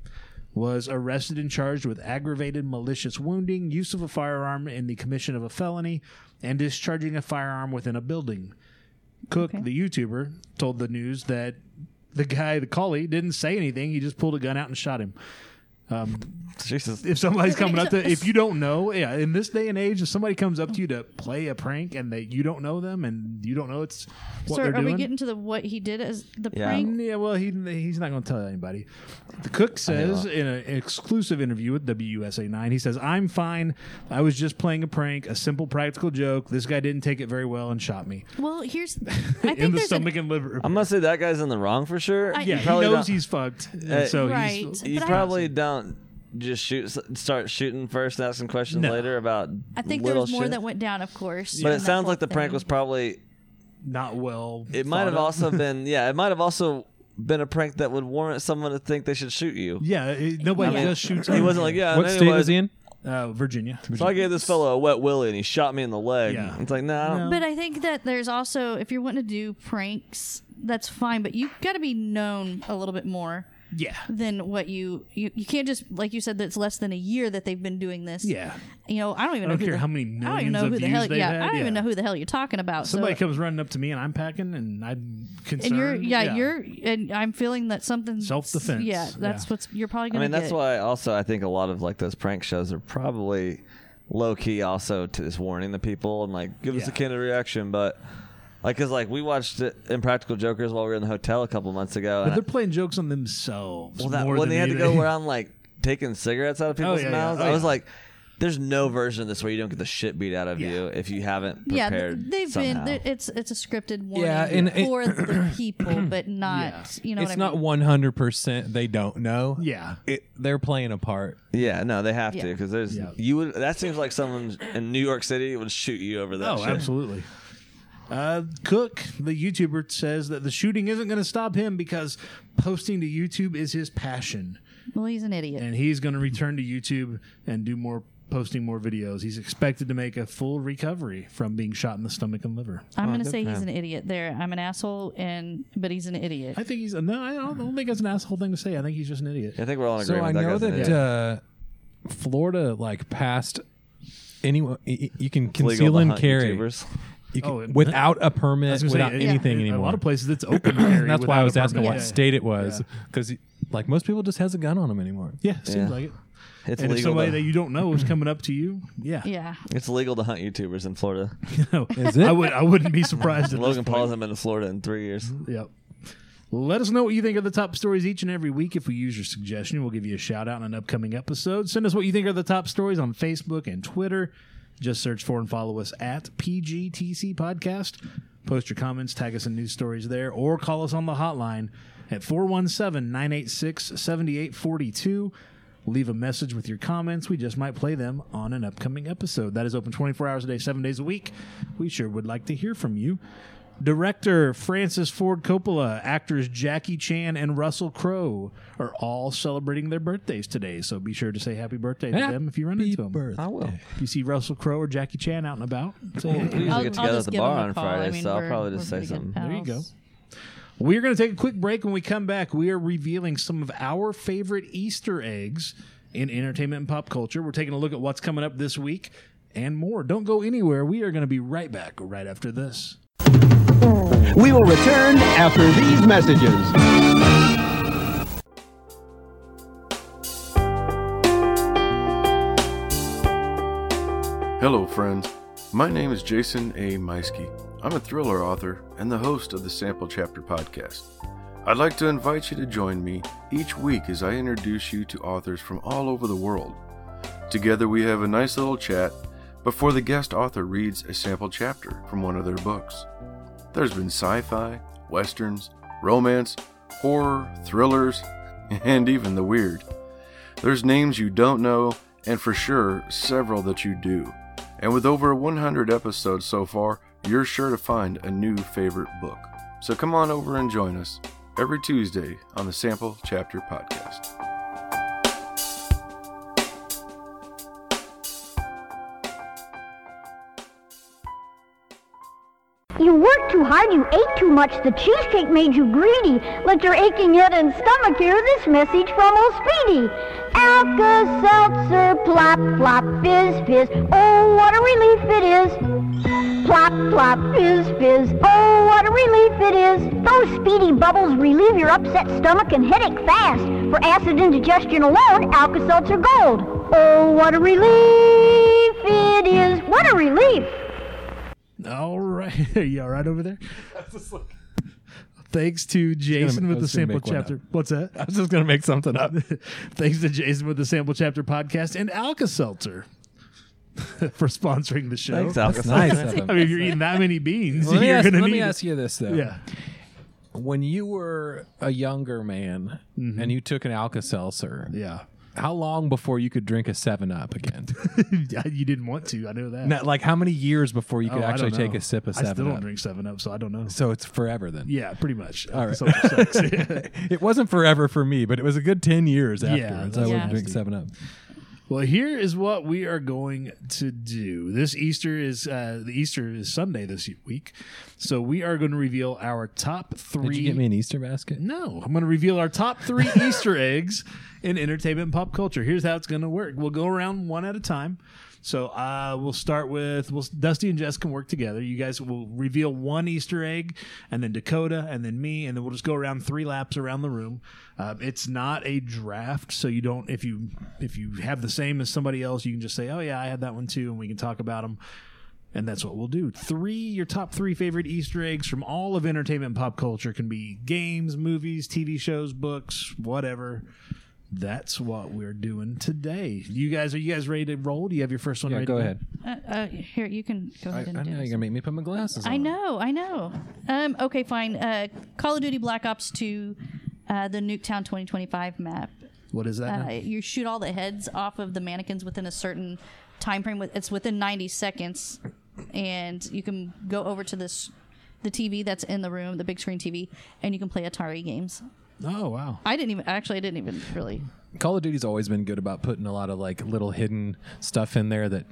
Speaker 1: was arrested and charged with aggravated malicious wounding, use of a firearm in the commission of a felony, and discharging a firearm within a building. Cook, the YouTuber, told the news that the guy, the collie, didn't say anything. He just pulled a gun out and shot him.
Speaker 2: Jesus.
Speaker 1: If somebody's coming up to, if you don't know, yeah, in this day and age, if somebody comes up to you to play a prank and they you don't know them and you don't know it's what
Speaker 4: So
Speaker 1: they're
Speaker 4: are
Speaker 1: doing. Mm.
Speaker 4: we getting to the what he did as the
Speaker 2: Yeah.
Speaker 4: prank?
Speaker 1: yeah, well, he he's not going to tell anybody. The cook says in an exclusive interview with WUSA nine, he says, "I'm fine. I was just playing a prank, a simple practical joke. This guy didn't take it very well and shot me
Speaker 4: Well, here's I
Speaker 1: in
Speaker 4: think
Speaker 1: the
Speaker 4: there's an
Speaker 1: stomach and liver.
Speaker 2: I'm gonna say that guy's in the wrong for sure.
Speaker 4: I-
Speaker 1: yeah,
Speaker 2: You
Speaker 1: he
Speaker 2: probably
Speaker 1: knows
Speaker 2: don't-
Speaker 1: he's fucked, and
Speaker 2: Uh,
Speaker 1: so
Speaker 4: right.
Speaker 1: he's
Speaker 2: You
Speaker 4: But I-
Speaker 2: probably don't just shoot. Start shooting first, and asking questions
Speaker 1: No.
Speaker 2: later about.
Speaker 4: I think there
Speaker 2: little
Speaker 4: was more
Speaker 2: shit.
Speaker 4: that went down, of course.
Speaker 2: But
Speaker 4: in
Speaker 2: it
Speaker 4: that
Speaker 2: sounds
Speaker 4: whole
Speaker 2: like the prank
Speaker 4: thing.
Speaker 2: was probably.
Speaker 1: not well.
Speaker 2: It
Speaker 1: thought
Speaker 2: might have
Speaker 1: of.
Speaker 2: also been. Yeah, it might have also been a prank that would warrant someone to think they should shoot you.
Speaker 1: Yeah, it, nobody
Speaker 4: I mean,
Speaker 1: just shoots.
Speaker 2: He
Speaker 1: him.
Speaker 2: wasn't like, yeah.
Speaker 3: what
Speaker 2: and
Speaker 3: state was
Speaker 2: anyways,
Speaker 3: he in?
Speaker 1: Uh, Virginia.
Speaker 2: So I gave this fellow a wet willy and he shot me in the leg.
Speaker 1: Yeah.
Speaker 2: It's like, nah, I don't-
Speaker 1: No.
Speaker 4: But I think that there's also if you're wanting to do pranks, that's fine, but you got to be known a little bit more
Speaker 1: Yeah.
Speaker 4: than what you, you you can't just like you said that's less than a year that they've been doing this.
Speaker 1: Yeah.
Speaker 4: You know, I don't even
Speaker 1: I don't
Speaker 4: know who
Speaker 1: care
Speaker 4: the,
Speaker 1: how many
Speaker 4: I don't even
Speaker 1: millions
Speaker 4: know
Speaker 1: of
Speaker 4: who the
Speaker 1: views
Speaker 4: hell
Speaker 1: they've
Speaker 4: yeah,
Speaker 1: had.
Speaker 4: I don't even
Speaker 1: yeah.
Speaker 4: know who the hell you're talking about. so-
Speaker 1: Somebody comes running up to me and I'm packing and I'm concerned.
Speaker 4: and you're yeah, you're and I'm feeling that something
Speaker 1: Self-defense.
Speaker 4: Yeah, that's
Speaker 1: Yeah.
Speaker 4: what's you're
Speaker 2: I
Speaker 4: probably gonna
Speaker 2: mean, that's
Speaker 4: get.
Speaker 2: why also I think a lot of like those prank shows are probably low key also to just warning the people and like give us a
Speaker 1: Yeah.
Speaker 2: candid reaction. But like, cause like we watched it, Impractical Jokers while we were in the hotel a couple months ago.
Speaker 1: But
Speaker 2: and I-
Speaker 1: they're playing jokes on themselves.
Speaker 2: well, that
Speaker 1: more than
Speaker 2: when they had to go
Speaker 1: anything.
Speaker 2: around like taking cigarettes out of people's
Speaker 1: yeah, yeah.
Speaker 2: mouths,
Speaker 1: Oh,
Speaker 2: I was
Speaker 1: yeah.
Speaker 2: like, there's no version of this where you don't get the shit beat out of
Speaker 1: Yeah.
Speaker 2: you if you haven't
Speaker 4: yeah, th-
Speaker 2: prepared.
Speaker 4: they've
Speaker 2: somehow.
Speaker 4: been th- it's it's a scripted warning
Speaker 3: Yeah, and it-
Speaker 4: for the people, but not you know
Speaker 3: it's
Speaker 4: what I
Speaker 3: not
Speaker 4: mean?
Speaker 3: one hundred percent. They don't know.
Speaker 1: Yeah.
Speaker 3: It, they're playing a part.
Speaker 2: Yeah, no, they have to 'cause to
Speaker 4: Yeah.
Speaker 2: because there's
Speaker 1: Yeah.
Speaker 2: you would that seems like someone in New York City would shoot you over that.
Speaker 1: Oh,
Speaker 2: shit.
Speaker 1: absolutely. Uh, Cook, the YouTuber, says that the shooting isn't going to stop him because posting to YouTube is his passion,
Speaker 4: well, he's an idiot.
Speaker 1: and he's going to return to YouTube and do more posting more videos. He's expected to make a full recovery from being shot in the stomach and liver.
Speaker 2: Oh,
Speaker 4: I'm gonna say he's an idiot. There, I'm an asshole, and but he's an idiot.
Speaker 1: I think he's a, no. I don't, I don't think that's an asshole thing to say. I think he's just an idiot.
Speaker 2: I think we're all in
Speaker 3: So I
Speaker 2: agreement.
Speaker 3: know
Speaker 2: guy's an
Speaker 3: that
Speaker 2: idiot.
Speaker 3: uh, Florida like passed anyone y- y- you can
Speaker 2: It's legal
Speaker 3: conceal
Speaker 2: to
Speaker 3: and
Speaker 2: hunt
Speaker 3: carry
Speaker 2: YouTubers.
Speaker 3: you can,
Speaker 1: Oh, it-
Speaker 3: without a
Speaker 1: I was
Speaker 3: permit,
Speaker 1: gonna say,
Speaker 3: without
Speaker 1: it-
Speaker 3: anything
Speaker 1: in
Speaker 3: anymore.
Speaker 1: A lot of places it's open. carry
Speaker 3: that's why
Speaker 1: without
Speaker 3: I was
Speaker 1: a
Speaker 3: asking
Speaker 1: permit.
Speaker 3: what
Speaker 1: Yeah.
Speaker 3: state it was because like most people just has a gun on them anymore.
Speaker 1: Yeah, seems
Speaker 2: Yeah.
Speaker 1: like it.
Speaker 2: It's
Speaker 1: and if
Speaker 2: legal.
Speaker 1: somebody
Speaker 2: To,
Speaker 1: that you don't know is coming up to you, yeah,
Speaker 4: yeah,
Speaker 2: it's legal to hunt YouTubers in Florida.
Speaker 1: No.
Speaker 3: Is it?
Speaker 1: I would I wouldn't be surprised. at
Speaker 2: Logan Paul hasn't been to Florida in three years.
Speaker 1: Yep. Let us know what you think are the top stories each and every week. If we use your suggestion, we'll give you a shout out in an upcoming episode. Send us what you think are the top stories on Facebook and Twitter. Just search for and follow us at PGTC Podcast. Post your comments, tag us in news stories there, or call us on the hotline at 417 986 7842. Leave a message with your comments. We just might play them on an upcoming episode. That is open 24 hours a day, seven days a week. We sure would like to hear from you. Director Francis Ford Coppola, actors Jackie Chan and Russell Crowe are all celebrating their birthdays today. So be sure to say happy birthday to them if you run into them.
Speaker 2: I will.
Speaker 1: If you see Russell Crowe or Jackie Chan out and about, say hey.
Speaker 2: We usually
Speaker 4: I'll-
Speaker 2: get
Speaker 4: I'll
Speaker 2: together at
Speaker 4: just
Speaker 2: the
Speaker 4: give
Speaker 2: bar
Speaker 4: him a
Speaker 2: on
Speaker 4: call.
Speaker 2: Friday,
Speaker 4: I mean,
Speaker 2: so I'll
Speaker 4: we're-
Speaker 2: probably just
Speaker 4: we're
Speaker 2: say
Speaker 4: pretty good
Speaker 2: something.
Speaker 1: There you go.
Speaker 4: pals.
Speaker 1: We're going to take a quick break. When we come back, we are revealing some of our favorite Easter eggs in entertainment and pop culture. We're taking a look at what's coming up this week and more. Don't go anywhere. We are going to be right back right after this.
Speaker 6: We will return after these messages.
Speaker 7: Hello, friends. My name is Jason A. Meiske. I'm a thriller author and the host of the Sample Chapter podcast. I'd like to invite you to join me each week as I introduce you to authors from all over the world. Together, we have a nice little chat before the guest author reads a sample chapter from one of their books. There's been sci fi, westerns, romance, horror, thrillers, and even the weird. There's names you don't know, and for sure, several that you do. And with over 100 episodes so far, you're sure to find a new favorite book. So come on over and join us every Tuesday on the Sample Chapter Podcast.
Speaker 8: You worked too hard, you ate too much, the cheesecake made you greedy. Let your aching head and stomach hear this message from old Speedy. Alka-Seltzer, plop, plop, fizz, fizz, oh, what a relief it is. Plop, plop, fizz, fizz, oh, what a relief it is. Those speedy bubbles relieve your upset stomach and headache fast. For acid indigestion alone, Alka-Seltzer Gold. Oh, what a relief it is. What a relief.
Speaker 1: All right. Are you all right over there? Thanks to Jason
Speaker 3: I
Speaker 1: with the
Speaker 3: was gonna
Speaker 1: sample
Speaker 3: make one up.
Speaker 1: chapter. What's that?
Speaker 3: I was just gonna make something up.
Speaker 1: Thanks to Jason with the sample chapter podcast and Alka Seltzer for sponsoring the show.
Speaker 2: Thanks, Alka.
Speaker 3: That's nice. of
Speaker 1: I
Speaker 3: them.
Speaker 1: mean, if you're eating that many beans,
Speaker 3: Let, me
Speaker 1: you're
Speaker 3: ask,
Speaker 1: going to
Speaker 3: let
Speaker 1: need.
Speaker 3: me ask you this though.
Speaker 1: Yeah.
Speaker 3: When you were a younger man and you took an Alka Seltzer,
Speaker 1: Mm-hmm. Yeah.
Speaker 3: how long before you could drink a Seven Up again?
Speaker 1: you didn't want to. I know that.
Speaker 3: Not, like how many years before you
Speaker 1: Oh,
Speaker 3: could
Speaker 1: I
Speaker 3: actually
Speaker 1: don't know.
Speaker 3: take a sip of
Speaker 1: I still
Speaker 3: Seven
Speaker 1: don't
Speaker 3: Up?
Speaker 1: drink Seven Up, so I don't know.
Speaker 3: So it's forever then.
Speaker 1: Yeah, pretty much. All
Speaker 3: right.
Speaker 1: sucks.
Speaker 3: it wasn't forever for me, but it was a good ten years after.
Speaker 1: Yeah,
Speaker 3: so I
Speaker 1: that's
Speaker 3: wouldn't drink
Speaker 1: nasty.
Speaker 3: Seven Up.
Speaker 1: Well, here is what we are going to do. This Easter is uh, the Easter is Sunday this week, so we are going to reveal our top three.
Speaker 3: Did you get me an Easter basket?
Speaker 1: No, I'm going to reveal our top three Easter eggs in entertainment and pop culture. Here's how it's going to work. We'll go around one at a time. So uh, we'll start with we'll, Dusty and Jess can work together. You guys will reveal one Easter egg, and then Dakota, and then me, and then we'll just go around three laps around the room. Uh, it's not a draft, so you don't if you if you have the same as somebody else, you can just say, "Oh yeah, I had that one too," and we can talk about them. And that's what we'll do. Three, your top three favorite Easter eggs from all of entertainment and pop culture can be games, movies, TV shows, books, whatever. That's what we're doing today. You guys, are you guys ready to roll? Do you have your first one
Speaker 3: Yeah,
Speaker 1: ready?
Speaker 3: go
Speaker 1: to
Speaker 3: ahead.
Speaker 4: Uh, uh, here, you can go
Speaker 3: I, I
Speaker 4: ahead and
Speaker 3: know
Speaker 4: do
Speaker 3: you're
Speaker 4: this.
Speaker 3: gonna make me put my glasses on.
Speaker 4: I know, I know. Um, okay, fine. Uh, Call of Duty Black Ops 2, uh, the Nuketown 2025 map.
Speaker 1: What is that?
Speaker 4: Uh,
Speaker 1: now?
Speaker 4: you shoot all the heads off of the mannequins within a certain time frame. With- It's within 90 seconds, and you can go over to this the TV that's in the room, the big screen TV, and you can play Atari games.
Speaker 1: Oh wow!
Speaker 4: I didn't even actually. I didn't even really.
Speaker 3: Call of Duty's always been good about putting a lot of like little hidden stuff in there that,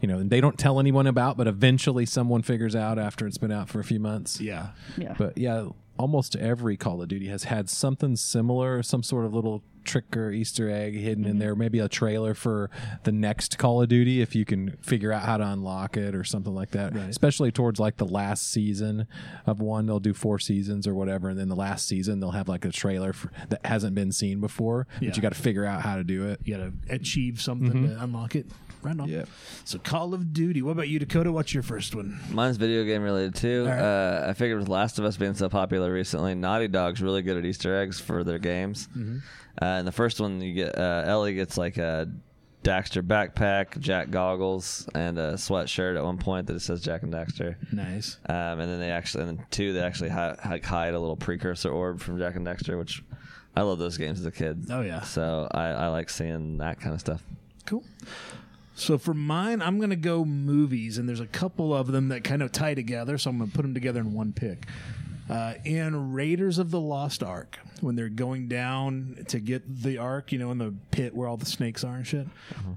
Speaker 3: you know, they don't tell anyone about, but eventually someone figures out after it's been out for a few months.
Speaker 1: Yeah,
Speaker 4: Yeah.
Speaker 3: But yeah, almost every Call of Duty has had something similar, some sort of little trick or Easter egg hidden
Speaker 1: Mm-hmm.
Speaker 3: in there, maybe a trailer for the next Call of Duty if you can figure out how to unlock it or something like that. Especially towards like the last season of one, they'll do four seasons or whatever, and then the last season they'll have like a trailer for, that hasn't been seen before,
Speaker 1: Yeah.
Speaker 3: but you got to figure out how to do it.
Speaker 1: you gotta achieve something to unlock it. Right on.
Speaker 3: Mm-hmm. Yeah.
Speaker 1: So Call of Duty. What about you, Dakota? What's your first one?
Speaker 2: Mine's video game related too.
Speaker 1: All right.
Speaker 2: Uh, I figured with Last of Us being so popular recently, Naughty Dog's really good at Easter eggs for their games.
Speaker 1: Mm-hmm.
Speaker 2: Uh, and the first one you get, uh, Ellie gets like a Daxter backpack, Jack goggles, and a sweatshirt at one point that it says Jack and Daxter.
Speaker 1: Nice.
Speaker 2: Um, and then they actually, and then two, they actually hi- hi- hide a little precursor orb from Jack and Dexter, which I love those games as a kid.
Speaker 1: Oh, yeah.
Speaker 2: So I, I like seeing that kind of stuff.
Speaker 1: Cool. So for mine, I'm going to go movies, and there's a couple of them that kind of tie together, so I'm going to put them together in one pick. Uh, in Raiders of the Lost Ark, when they're going down to get the Ark, you know, in the pit where all the snakes are and shit,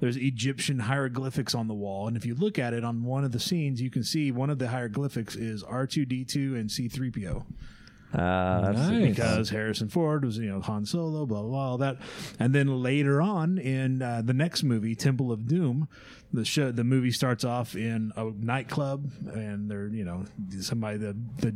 Speaker 1: there's Egyptian hieroglyphics on the wall. And if you look at it on one of the scenes, you can see one of the hieroglyphics is R2D2 and C3PO
Speaker 2: Uh, that's-
Speaker 3: Nice.
Speaker 1: because Harrison Ford was, you know, Han Solo, blah, blah, blah, all that. And then later on in uh, the next movie, Temple of Doom, the show, the movie starts off in a nightclub and they're, you know, somebody, the, the,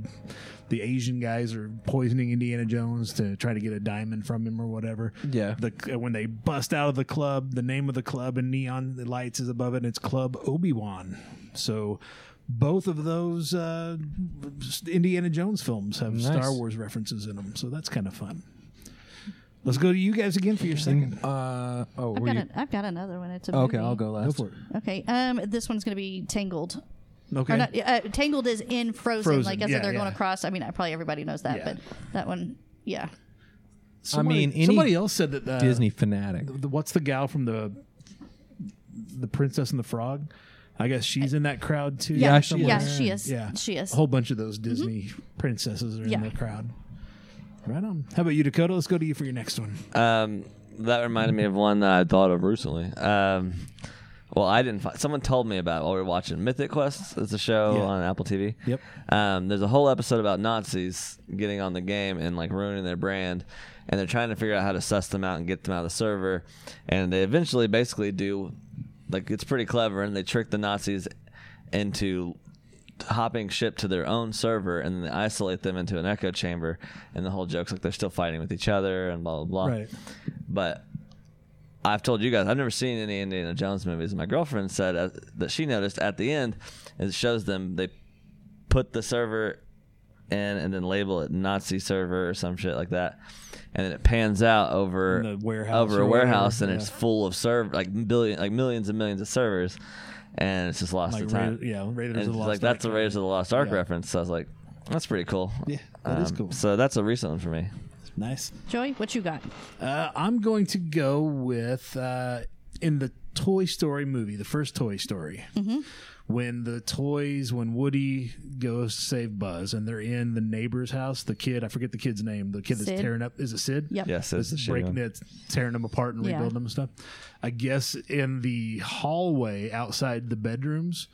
Speaker 1: the Asian guys are poisoning Indiana Jones to try to get a diamond from him or whatever.
Speaker 3: Yeah.
Speaker 1: The, uh, when they bust out of the club, the name of the club in neon lights is above it, and it's Club Obi Wan. So both of those uh, Indiana Jones films have Star Wars references in them, so that's kind of fun. Let's go to you guys again for your second.
Speaker 3: Uh, oh,
Speaker 4: I've
Speaker 3: were
Speaker 4: got,
Speaker 3: you,
Speaker 4: a, I've got another one. It's a
Speaker 3: okay,
Speaker 4: movie.
Speaker 3: I'll go last.
Speaker 4: Okay. Um, this one's gonna be Tangled.
Speaker 1: Okay.
Speaker 4: Or not, uh, Tangled is in Frozen.
Speaker 1: Frozen,
Speaker 4: Like I
Speaker 1: yeah,
Speaker 4: said, they're going
Speaker 1: yeah.
Speaker 4: across. I mean, I- probably everybody knows that,
Speaker 1: Yeah.
Speaker 4: but that one, yeah.
Speaker 1: Somebody-
Speaker 3: mean, any
Speaker 1: somebody else said that uh,
Speaker 3: Disney fanatic.
Speaker 1: the- what's the gal from the the Princess and the Frog? I guess she's in that crowd too.
Speaker 3: Yeah,
Speaker 4: she,
Speaker 3: she
Speaker 4: yeah,
Speaker 3: is.
Speaker 4: she is.
Speaker 1: Yeah,
Speaker 4: she is.
Speaker 1: A whole bunch of those Disney princesses are in
Speaker 4: Yeah.
Speaker 1: the crowd. Right on. How about you, Dakota? Let's go to you for your next one.
Speaker 2: Um, that reminded me of one that I thought of recently. Um, well, I didn't. Find, someone told me about it while we were watching Mythic Quest. It's a show
Speaker 1: Yeah.
Speaker 2: on Apple TV.
Speaker 1: Yep.
Speaker 2: Um, there's a whole episode about Nazis getting on the game and like ruining their brand, and they're trying to figure out how to suss them out and get them out of the server, and they eventually basically do, like it's pretty clever, and they trick the Nazis into hopping ship to their own server and then they isolate them into an echo chamber and the whole joke's like they're still fighting with each other and blah blah blah
Speaker 1: Right.
Speaker 2: but I've told you guys I've never seen any Indiana Jones movies. My girlfriend said uh, that she noticed at the end, it shows them they put the server in and then label it Nazi server or some shit like that, and then it pans out over
Speaker 1: In the warehouse or
Speaker 2: over a
Speaker 1: whatever,
Speaker 2: warehouse and
Speaker 1: yeah.
Speaker 2: it's full of server like billion like millions and millions of servers, and it's just lost
Speaker 1: Like
Speaker 2: to time.
Speaker 1: Ra- yeah, Raiders of
Speaker 2: And
Speaker 1: the
Speaker 2: it's
Speaker 1: Lost
Speaker 2: like that's
Speaker 1: Ark.
Speaker 2: a Raiders of the Lost Ark
Speaker 1: Yeah.
Speaker 2: reference. So I was like, that's pretty cool.
Speaker 1: Yeah, that is
Speaker 2: Um,
Speaker 1: cool.
Speaker 2: So that's a recent one for me.
Speaker 1: Nice.
Speaker 4: Joey, what you got?
Speaker 1: Uh, I'm going to
Speaker 4: Mm-hmm.
Speaker 1: go with uh, in the Toy Story movie, the first Toy Story, when the toys when Woody goes to save Buzz and they're in the neighbor's house. The kid, I forget the kid's name. The kid
Speaker 4: Sid.
Speaker 1: that's tearing up is it Sid?
Speaker 4: Yep.
Speaker 2: Yes, that's the
Speaker 1: That's
Speaker 2: shitty
Speaker 1: breaking
Speaker 2: one.
Speaker 1: it, tearing them apart and
Speaker 4: Yeah.
Speaker 1: rebuilding them and stuff. I guess in the hallway outside the bedrooms,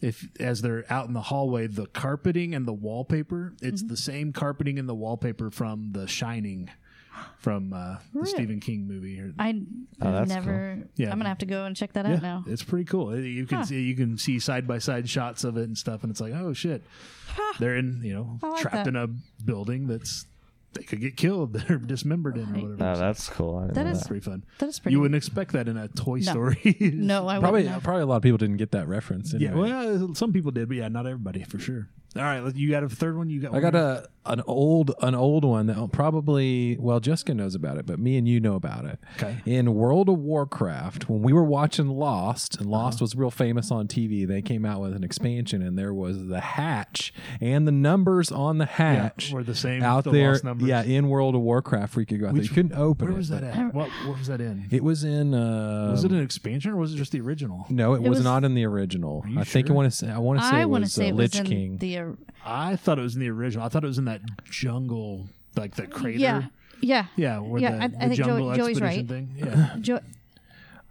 Speaker 1: if as they're out in the hallway, the carpeting and the wallpaper, it's
Speaker 4: Mm-hmm.
Speaker 1: the same carpeting and the wallpaper from The Shining, from uh, the
Speaker 4: Really?
Speaker 1: Stephen King movie. Or,
Speaker 4: I
Speaker 3: Oh,
Speaker 2: that's
Speaker 4: never.
Speaker 1: Yeah.
Speaker 4: I'm gonna have to go and check that out now.
Speaker 1: it's pretty cool. You can
Speaker 4: Huh.
Speaker 1: see you can see side by side shots of it and stuff, and it's like, oh shit, they're in you know
Speaker 4: I like
Speaker 1: trapped
Speaker 4: that.
Speaker 1: in a building that's they could get killed, they're dismembered in or
Speaker 4: Right.
Speaker 1: whatever.
Speaker 2: Oh, that's cool. I didn't
Speaker 4: That
Speaker 2: know
Speaker 4: is-
Speaker 1: It's pretty fun.
Speaker 4: That is pretty.
Speaker 1: You wouldn't expect that in a Toy
Speaker 4: No.
Speaker 1: Story.
Speaker 4: no, I
Speaker 3: Probably,
Speaker 4: wouldn't. have.
Speaker 3: probably a lot of people didn't get that reference.
Speaker 1: Yeah.
Speaker 3: anyway.
Speaker 1: Well, uh, some people did, but yeah, not everybody for sure. All right, let- you got a third one. You got.
Speaker 3: I got a an old an old one that probably well Jessica knows about it, but me and you know about it.
Speaker 1: Okay.
Speaker 3: In World of Warcraft, when we were watching Lost,
Speaker 1: Uh-huh.
Speaker 3: and Lost was real famous on TV, they came out with an expansion, and there was the hatch and the numbers on the hatch
Speaker 1: were the same,
Speaker 3: out
Speaker 1: the
Speaker 3: there.
Speaker 1: Lost numbers.
Speaker 3: Yeah, in World of Warcraft, we could go out there.
Speaker 1: Which-
Speaker 3: You couldn't open
Speaker 1: Where
Speaker 3: it.
Speaker 1: was that
Speaker 3: but
Speaker 1: at? What, what was that in?
Speaker 3: It was in. Uh,
Speaker 1: was it an expansion or was it just the original?
Speaker 3: no, it, was,
Speaker 4: was-
Speaker 3: not in the original.
Speaker 1: you
Speaker 3: I think I
Speaker 1: sure?
Speaker 3: want to say I want to say
Speaker 4: I
Speaker 3: it
Speaker 4: want to
Speaker 3: was
Speaker 4: say
Speaker 3: uh,
Speaker 4: it was
Speaker 3: Lich
Speaker 4: in
Speaker 3: King.
Speaker 4: the or-
Speaker 1: I thought it was in the original. I thought it was in that jungle, like that crater.
Speaker 4: yeah yeah
Speaker 1: Yeah, where
Speaker 4: Yeah,
Speaker 1: the,
Speaker 4: I- I
Speaker 1: the
Speaker 4: think Joey-
Speaker 1: jungle
Speaker 4: Joey's
Speaker 1: expedition
Speaker 4: right.
Speaker 1: thing. Yeah.
Speaker 4: Jo-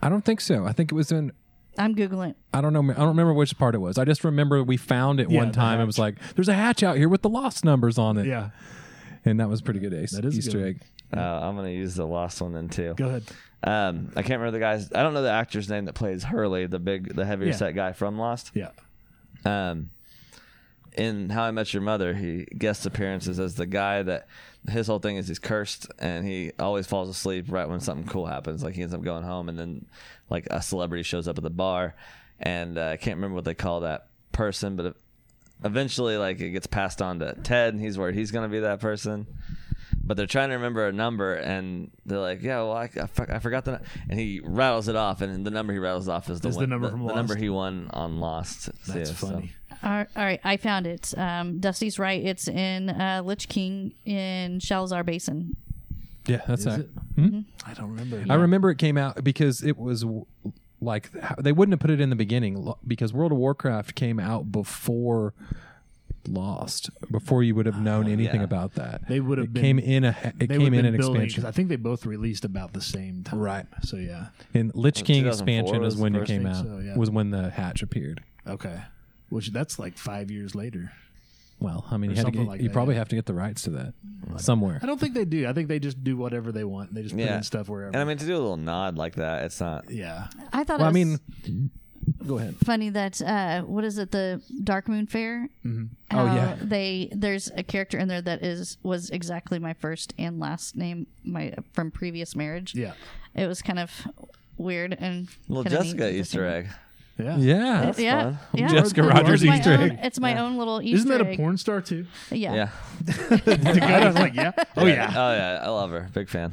Speaker 3: I don't think so. I think it was in
Speaker 4: I'm googling.
Speaker 3: I don't know. I don't remember which part it was. I just remember we found it
Speaker 1: Yeah,
Speaker 3: one
Speaker 1: the
Speaker 3: time. and It was like, "There's a hatch out here with the lost numbers on it."
Speaker 1: yeah.
Speaker 3: and that was pretty good. Ace.
Speaker 1: That is a
Speaker 3: Easter
Speaker 1: good one.
Speaker 3: egg.
Speaker 2: Uh, I'm gonna use the last one then too.
Speaker 1: Go ahead.
Speaker 2: Um, I can't remember the guy's. I don't know the actor's name that plays Hurley, the big, the heavier
Speaker 1: Yeah.
Speaker 2: set guy from Lost.
Speaker 1: Yeah.
Speaker 2: Um, in How I Met Your Mother, he guest appearances as the guy that his whole thing is he's cursed and he always falls asleep right when something cool happens. Like he ends up going home and then like a celebrity shows up at the bar and uh, I can't remember what they call that person, but eventually like it gets passed on to Ted and he's worried he's going to be that person. But they're trying to remember a number, and they're like, "Yeah, well, I, I, fuck- I forgot the." nu-" And he rattles it off, and the number he rattles off is the,
Speaker 1: Is the
Speaker 2: one-
Speaker 1: number from
Speaker 2: the number
Speaker 1: Lost.
Speaker 2: he won on Lost. So,
Speaker 1: That's
Speaker 2: yeah, so-
Speaker 1: funny.
Speaker 4: All right, I found it. Um, Dusty's right. It's in uh, Lich King in Shalzar Basin.
Speaker 3: Yeah, that's it.
Speaker 1: I don't remember.
Speaker 3: I remember it came out because it was w- like how- they wouldn't have put it in the beginning lo- because World of Warcraft came out before Lost, before you would have known anything
Speaker 2: yeah.
Speaker 3: about that.
Speaker 1: Uh, They would have
Speaker 3: It
Speaker 1: been-
Speaker 3: came in a. ha- It
Speaker 1: They
Speaker 3: came
Speaker 1: would've
Speaker 3: in
Speaker 1: been
Speaker 3: an
Speaker 1: building, 'cause
Speaker 3: expansion.
Speaker 1: I think they both released about the same time.
Speaker 3: Right.
Speaker 1: So yeah.
Speaker 3: And Lich King
Speaker 2: 2004
Speaker 3: expansion
Speaker 2: was
Speaker 3: is when
Speaker 2: the
Speaker 3: it
Speaker 2: first
Speaker 3: came
Speaker 1: thing,
Speaker 3: out.
Speaker 1: so, yeah.
Speaker 3: Was when the hatch appeared.
Speaker 1: Okay. Which that's like five years later.
Speaker 3: Well, I mean, you, had to
Speaker 1: something
Speaker 3: get,
Speaker 1: like
Speaker 3: you
Speaker 1: that,
Speaker 3: probably
Speaker 1: yeah.
Speaker 3: have to get the rights to that somewhere.
Speaker 1: I don't think they do. I think they just do whatever they want. They just put
Speaker 2: Yeah.
Speaker 1: in stuff wherever.
Speaker 2: And I mean, to do a little nod like that, it's not.
Speaker 1: yeah.
Speaker 4: I thought
Speaker 3: Well, I
Speaker 4: it was
Speaker 3: mean, go ahead.
Speaker 4: funny that uh, what is it the Dark Moon Fair? Mm-hmm.
Speaker 3: Oh, yeah.
Speaker 4: They there's a character in there that is was exactly my first and last name my from previous marriage.
Speaker 1: Yeah.
Speaker 4: It was kind of weird and
Speaker 2: Little
Speaker 4: kinda neat
Speaker 2: Jessica
Speaker 4: at the
Speaker 2: Easter
Speaker 4: same-
Speaker 2: egg.
Speaker 1: Yeah.
Speaker 3: Yeah.
Speaker 4: Yeah,
Speaker 2: fun.
Speaker 4: yeah.
Speaker 3: Jessica
Speaker 4: It's
Speaker 3: Rogers
Speaker 4: my
Speaker 3: Easter
Speaker 4: own-
Speaker 3: egg.
Speaker 4: It's my own little Easter
Speaker 1: Isn't that a
Speaker 4: egg.
Speaker 1: porn star too?
Speaker 4: Yeah.
Speaker 2: Yeah.
Speaker 1: The guy was like, yeah. Oh yeah.
Speaker 2: Oh yeah, I love her. Big fan.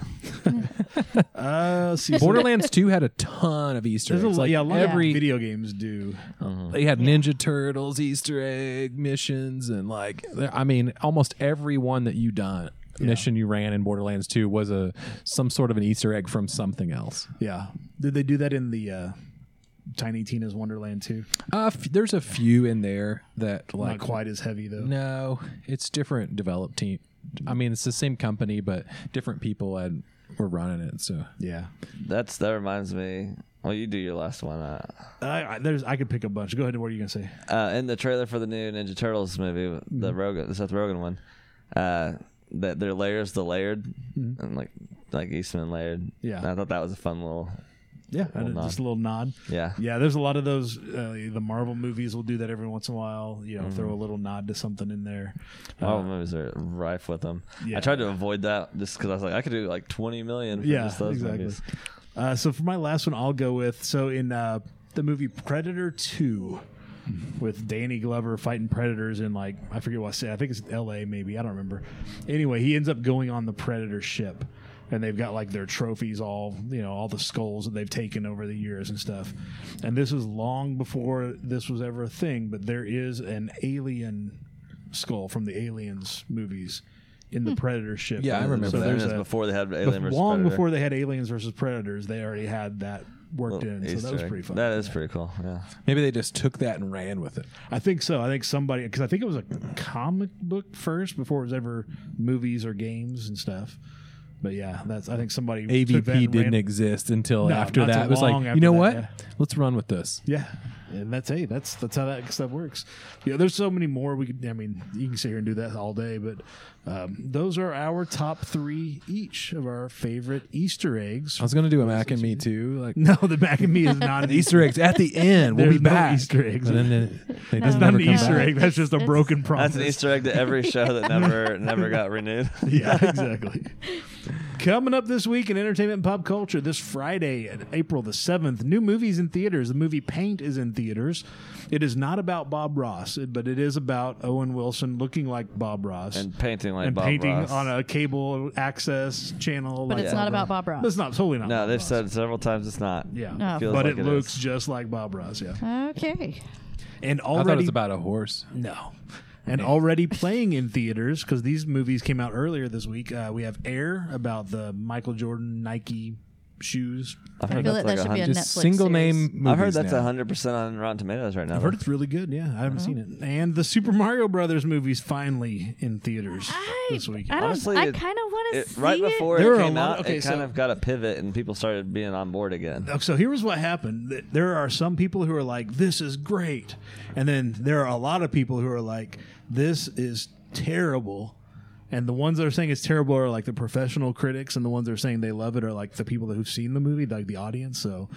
Speaker 1: Uh, see, so
Speaker 3: Borderlands 2 had a ton of Easter
Speaker 1: There's
Speaker 3: eggs.
Speaker 1: a,
Speaker 3: like
Speaker 1: yeah, a lot
Speaker 3: every
Speaker 1: of video games do.
Speaker 3: they had Ninja Turtles Easter egg missions and like there- I mean almost every one that you done mission you ran in Borderlands 2 was a some sort of an Easter egg from something else.
Speaker 1: Yeah. Did they do that in the uh, Tiny Tina's Wonderland too?
Speaker 3: Uh, f- there's a few in there that like
Speaker 1: Not quite as heavy though.
Speaker 3: No, it's different developed team. I mean it's the same company but different people had were running it so
Speaker 1: Yeah.
Speaker 2: That's that reminds me. Well, you do your last one. Uh,
Speaker 1: I, I, there's I could pick a bunch. Go ahead. What are you gonna say?
Speaker 2: uh, in the trailer for the new Ninja Turtles movie, the
Speaker 1: Mm-hmm.
Speaker 2: Rogan, the Seth Rogen one, uh, that their layers the layered and like like Eastman layered.
Speaker 1: Mm-hmm. Yeah.
Speaker 2: I thought that was a fun little.
Speaker 1: Yeah. I did-
Speaker 2: nod.
Speaker 1: just a little nod.
Speaker 2: Yeah.
Speaker 1: Yeah, there's a lot of those. Uh, the Marvel movies will do that every once in a while. You know, throw a little nod to something in there.
Speaker 2: Marvel movies are rife with them.
Speaker 1: yeah.
Speaker 2: I tried to avoid that just because I was like, I could do like twenty million. For
Speaker 1: Yeah,
Speaker 2: just those
Speaker 1: exactly.
Speaker 2: movies.
Speaker 1: Uh, so for my last one, I'll go with so in uh, the movie Predator Two, with Danny Glover fighting predators in like I forget what city. I think it's L.A. Maybe I don't remember. Anyway, he ends up going on the predator ship, and they've got like their trophies, all you know, all the skulls that they've taken over the years and stuff. And this was long before this was ever a thing, but there is an alien skull from the Aliens movies in the Predator ship.
Speaker 3: Yeah, I remember
Speaker 1: so
Speaker 3: that.
Speaker 1: There's
Speaker 2: That's
Speaker 1: a,
Speaker 2: before they had
Speaker 1: bef-
Speaker 2: Alien versus
Speaker 1: long
Speaker 2: Predator.
Speaker 1: before they had Aliens versus Predators, they already had that worked
Speaker 2: Little
Speaker 1: in. So
Speaker 2: Easter
Speaker 1: that was
Speaker 2: egg.
Speaker 1: pretty fun.
Speaker 2: That is pretty cool. Yeah.
Speaker 3: Maybe they just took that and ran with it.
Speaker 1: I think so. I think somebody because I think it was a comic book first before it was ever movies or games and stuff. But yeah, that's I think somebody took that
Speaker 3: AVP
Speaker 1: and
Speaker 3: didn't
Speaker 1: ran-
Speaker 3: exist until
Speaker 1: No,
Speaker 3: after
Speaker 1: not till
Speaker 3: that. It was
Speaker 1: long
Speaker 3: like,
Speaker 1: after
Speaker 3: you know
Speaker 1: that,
Speaker 3: what?
Speaker 1: yeah.
Speaker 3: Let's run with this.
Speaker 1: Yeah, and that's hey, that's that's how that stuff works. Yeah, there's so many more we could. I mean, you can sit here and do that all day, but um, those are our top three each of our favorite Easter eggs.
Speaker 3: I was gonna do a Mac and me too. Like
Speaker 1: No, the back of me is not an Easter.
Speaker 3: Easter eggs at the end. We'll
Speaker 1: There's
Speaker 3: be
Speaker 1: no
Speaker 3: back.
Speaker 1: Easter eggs.
Speaker 3: But then they, they
Speaker 4: That's
Speaker 1: It's
Speaker 3: just
Speaker 1: not
Speaker 3: never
Speaker 1: an
Speaker 3: come
Speaker 1: Easter
Speaker 3: back.
Speaker 1: egg. That's just a
Speaker 4: It's-
Speaker 1: broken promise.
Speaker 2: That's an Easter egg to every show that never never got renewed.
Speaker 1: yeah, exactly. Coming up this week in entertainment and pop culture, this Friday, April the 7th, new movies in theaters. The movie Paint is in theaters. It is not about Bob Ross, but it is about Owen Wilson looking like Bob Ross
Speaker 2: And painting like
Speaker 1: and
Speaker 2: Bob
Speaker 1: painting
Speaker 2: Ross.
Speaker 1: on a cable access channel.
Speaker 4: But
Speaker 1: like
Speaker 4: it's
Speaker 1: Bob
Speaker 4: not
Speaker 1: Ross.
Speaker 4: about Bob Ross.
Speaker 1: It's not, totally not.
Speaker 2: No,
Speaker 1: Bob
Speaker 2: they've
Speaker 1: Ross.
Speaker 2: said several times it's not.
Speaker 1: Yeah.
Speaker 4: Oh.
Speaker 2: Feels
Speaker 1: But
Speaker 2: like
Speaker 1: it,
Speaker 2: it
Speaker 1: looks
Speaker 2: is.
Speaker 1: just like Bob Ross, yeah.
Speaker 4: Okay.
Speaker 1: And
Speaker 3: I thought it
Speaker 1: already
Speaker 3: was about a horse.
Speaker 1: No. And already playing in theaters because these movies came out earlier this week. Uh, we have Air about the Michael Jordan Nike shoes.
Speaker 2: I've heard
Speaker 4: I feel
Speaker 2: that's
Speaker 4: like
Speaker 2: like
Speaker 4: that should be a
Speaker 2: hundred-
Speaker 3: Just
Speaker 4: Netflix
Speaker 3: single
Speaker 4: series.
Speaker 3: name. Movies
Speaker 2: I've heard that's
Speaker 3: now.
Speaker 2: hundred percent on Rotten Tomatoes right now.
Speaker 1: I've heard it's really good. Yeah, I
Speaker 4: Uh-huh.
Speaker 1: haven't seen it. And the Super Mario Brothers movies finally in theaters
Speaker 4: I,
Speaker 1: this week.
Speaker 4: I don't.
Speaker 2: Honestly,
Speaker 4: I
Speaker 2: it-
Speaker 4: kind of want to
Speaker 2: It-
Speaker 4: see
Speaker 2: right before
Speaker 4: it.
Speaker 2: it,
Speaker 1: There are a
Speaker 2: came
Speaker 1: lot-
Speaker 2: out,
Speaker 1: okay,
Speaker 2: it kind
Speaker 1: so-
Speaker 2: of got a pivot, and people started being on board again.
Speaker 1: So here was what happened. Th- There are some people who are like, "This is great," and then there are a lot of people who are like, "This is terrible." And the ones that are saying it's terrible are like the professional critics, and the ones that are saying they love it are like the people who've seen the movie, like the audience. So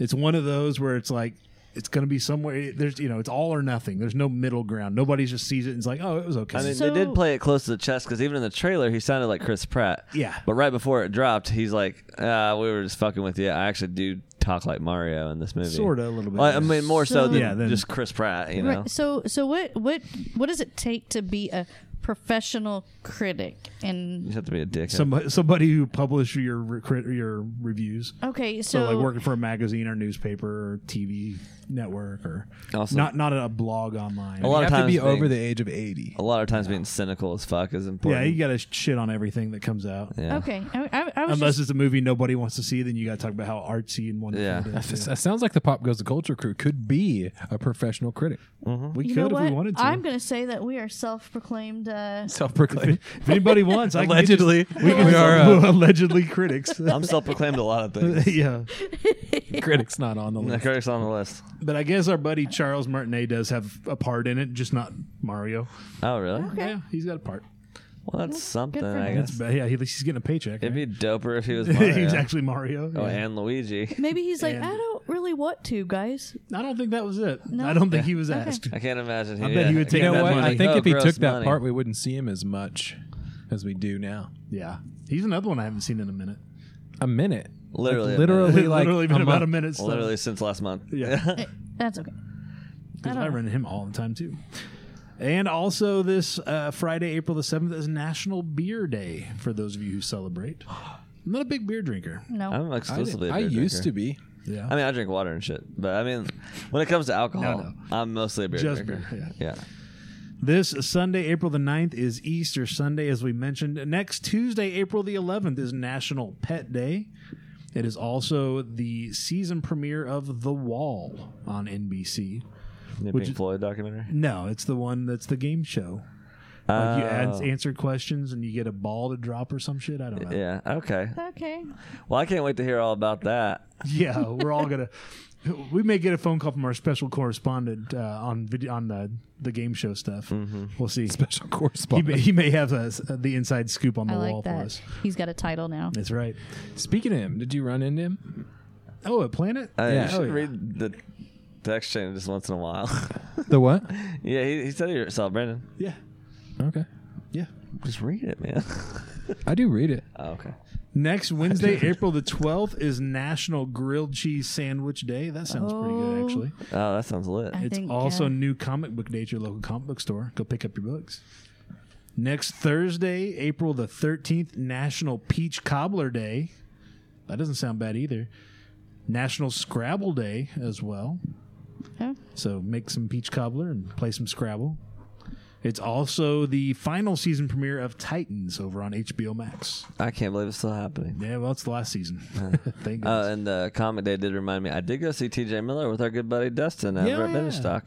Speaker 1: it's one of those where it's like it's going to be somewhere. There's you know, it's all or nothing. There's no middle ground. Nobody just sees it and it's like, "Oh, it was okay."
Speaker 2: I mean,
Speaker 4: So-
Speaker 2: they did play it close to the chest because even in the trailer, he sounded like Chris Pratt.
Speaker 1: Yeah.
Speaker 2: But right before it dropped, he's like, ah, "We were just fucking with you." I actually do talk like Mario in this movie,
Speaker 1: Sorta, a little bit,
Speaker 2: Like, I
Speaker 1: yeah.
Speaker 2: mean, more so,
Speaker 4: So-
Speaker 2: than
Speaker 1: Yeah, then-
Speaker 2: just Chris Pratt, you know.
Speaker 4: Right. So, so what, what, what does it take to be a professional critic?
Speaker 2: You
Speaker 4: And
Speaker 2: just have to be a dick.
Speaker 1: somebody, somebody who publish your re- crit- your reviews.
Speaker 4: okay,
Speaker 1: So,
Speaker 4: so,
Speaker 1: like working for a magazine or newspaper or TV network or
Speaker 2: Also-
Speaker 1: not not a blog online.
Speaker 2: A lot
Speaker 3: You
Speaker 2: of
Speaker 3: have to be
Speaker 2: times
Speaker 3: over
Speaker 2: being-
Speaker 3: the age of eighty.
Speaker 2: a lot of times, being cynical as fuck is
Speaker 1: yeah,
Speaker 2: important.
Speaker 1: you got to shit on everything that comes out.
Speaker 2: Yeah.
Speaker 4: okay, I, I, I was
Speaker 1: Unless
Speaker 4: just,
Speaker 1: it's a movie nobody wants to see, then you got to talk about how artsy and wonderful
Speaker 2: Yeah.
Speaker 1: it is.
Speaker 3: It sounds like the Pop Goes the Culture crew could be a professional critic.
Speaker 1: We
Speaker 4: you
Speaker 1: could
Speaker 4: know
Speaker 1: if
Speaker 4: what?
Speaker 1: we wanted to.
Speaker 4: I'm going to say that we are self-proclaimed. Uh,
Speaker 3: Self-proclaimed.
Speaker 1: if anybody wants, I can get you-
Speaker 3: Allegedly, we,
Speaker 1: we,
Speaker 3: are
Speaker 1: are
Speaker 3: uh,
Speaker 1: allegedly critics.
Speaker 2: I'm self-proclaimed a lot of things.
Speaker 1: yeah, uh,
Speaker 3: critics not on the
Speaker 2: The
Speaker 3: list.
Speaker 2: critics on the list.
Speaker 1: but I guess our buddy Charles Martinet does have a part in it, just not Mario.
Speaker 2: Oh, really?
Speaker 1: Yeah, he's got a part.
Speaker 2: Well, that's something.
Speaker 4: for
Speaker 2: I
Speaker 4: him.
Speaker 2: guess
Speaker 1: But yeah, he, at least he's getting a paycheck.
Speaker 2: it'd be doper if he was Mario.
Speaker 1: he's actually Mario.
Speaker 2: Oh,
Speaker 1: yeah.
Speaker 2: and Luigi.
Speaker 4: maybe he's like,
Speaker 1: And-
Speaker 4: I don't really want to, guys.
Speaker 1: I don't think that was it. I don't think he was asked.
Speaker 2: I can't imagine. He,
Speaker 1: I bet he would take
Speaker 3: You know
Speaker 1: that
Speaker 3: what?
Speaker 1: money.
Speaker 3: I think
Speaker 2: Oh,
Speaker 3: if he
Speaker 2: gross
Speaker 3: took that
Speaker 2: money.
Speaker 3: part, we wouldn't see him as much as we do now.
Speaker 1: Yeah, he's another one I haven't seen in a minute.
Speaker 3: A minute,
Speaker 2: Literally a
Speaker 3: like, literally,
Speaker 1: It's
Speaker 3: like
Speaker 1: literally been
Speaker 3: a
Speaker 1: about a
Speaker 3: month.
Speaker 1: minute. so-
Speaker 2: literally since last month.
Speaker 1: Yeah.
Speaker 4: That's okay.
Speaker 1: Because I, run into him all the time too. And also this uh, Friday, April the seventh, is National Beer Day for those of you who celebrate. I'm not a big beer drinker.
Speaker 4: No,
Speaker 2: I'm
Speaker 3: I,
Speaker 2: exclusively.
Speaker 3: didn't- I used to be.
Speaker 1: Yeah.
Speaker 2: I mean, I drink water and shit, but I mean, when it comes to alcohol,
Speaker 1: No,
Speaker 2: I'm mostly a beer
Speaker 1: Just
Speaker 2: drinker.
Speaker 1: beer,
Speaker 2: yeah.
Speaker 1: This Sunday, April the 9th, is Easter Sunday, as we mentioned. Next Tuesday, April the 11th, is National Pet Day. It is also the season premiere of The Wall on NBC.
Speaker 2: The
Speaker 1: Would
Speaker 2: Pink
Speaker 1: you-
Speaker 2: Floyd documentary.
Speaker 1: No, it's the one that's the game show. Like you ans-
Speaker 2: Oh.
Speaker 1: answer questions and you get a ball to drop or some shit. I don't know.
Speaker 2: Yeah. Okay.
Speaker 4: okay.
Speaker 2: Well, I can't wait to hear all about that.
Speaker 1: Yeah, we're all gonna. We may get a phone call from our special correspondent uh, on video on the the game show stuff.
Speaker 3: Mm-hmm.
Speaker 1: We'll see.
Speaker 3: Special
Speaker 1: He
Speaker 3: correspondent.
Speaker 1: may, he may have uh the inside scoop on the
Speaker 4: I
Speaker 1: wall
Speaker 4: like
Speaker 1: for
Speaker 4: that.
Speaker 1: us.
Speaker 4: He's got a title now.
Speaker 1: That's right.
Speaker 3: Speaking of him, did you run into him?
Speaker 1: Oh, a planet.
Speaker 2: Uh,
Speaker 3: Yeah.
Speaker 2: You should
Speaker 3: Oh, yeah.
Speaker 2: read the text chain just once in a while.
Speaker 3: The what?
Speaker 2: yeah, he, he said it yourself, Brandon.
Speaker 1: yeah,
Speaker 3: Okay,
Speaker 1: yeah.
Speaker 2: Just read it, man.
Speaker 3: I do read it.
Speaker 2: oh, okay.
Speaker 1: Next Wednesday, April the twelfth, is National Grilled Cheese Sandwich Day. That sounds pretty good,
Speaker 4: Oh.
Speaker 1: actually.
Speaker 2: Oh, that sounds lit.
Speaker 4: I
Speaker 1: It's
Speaker 4: think,
Speaker 1: also
Speaker 4: yeah.
Speaker 1: new comic book day at your local comic book store. Go pick up your books. Next Thursday, April the 13th, National Peach Cobbler Day. That doesn't sound bad either. National Scrabble Day as well.
Speaker 4: Huh?
Speaker 1: So make some peach cobbler and play some Scrabble. It's also the final season premiere of Titans over on HBO Max.
Speaker 2: I can't believe it's still happening.
Speaker 1: Yeah, well, it's the last season. Thank
Speaker 2: Oh,
Speaker 1: goodness.
Speaker 2: and the comic day did remind me. I did go see T.J. Miller with our good buddy Dustin over
Speaker 1: Yeah,
Speaker 2: at
Speaker 1: yeah.
Speaker 2: Benstock.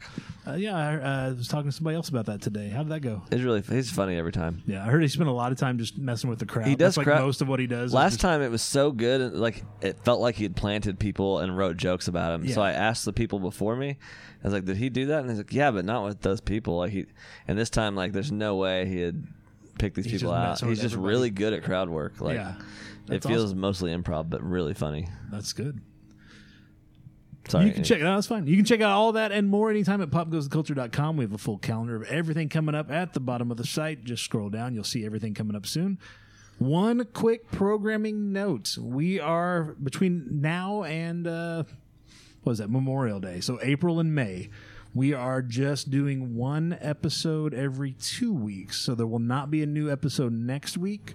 Speaker 1: Uh, yeah, I uh, was talking to somebody else about that today. How did that go?
Speaker 2: It's really he's funny every time.
Speaker 1: Yeah, I heard he spent a lot of time just messing with the crowd.
Speaker 2: He does
Speaker 1: That's like
Speaker 2: crowd-
Speaker 1: most of what he does. is
Speaker 2: Last
Speaker 1: just-
Speaker 2: time it was so good, and like it felt like he'd planted people and wrote jokes about him. So
Speaker 1: Yeah.
Speaker 2: I asked the people before me, I was like, "Did he do that?" And he's like, "Yeah, but not with those people." Like he, and this time, like there's no way he had picked these
Speaker 1: He's
Speaker 2: people
Speaker 1: just
Speaker 2: out.
Speaker 1: messing
Speaker 2: He's
Speaker 1: with
Speaker 2: just
Speaker 1: everybody.
Speaker 2: really good at crowd work. Like
Speaker 1: Yeah.
Speaker 2: it
Speaker 1: That's
Speaker 2: feels
Speaker 1: awesome.
Speaker 2: mostly improv, but really funny.
Speaker 1: That's good.
Speaker 2: Sorry,
Speaker 1: you can check it out. That's fine. You can check out all that and more anytime at popgoesculture.com. We have a full calendar of everything coming up at the bottom of the site. Just scroll down. You'll see everything coming up soon. One quick programming note. We are between now and uh, what is that? Memorial Day. So April and May. We are just doing one episode every two weeks. So there will not be a new episode next week,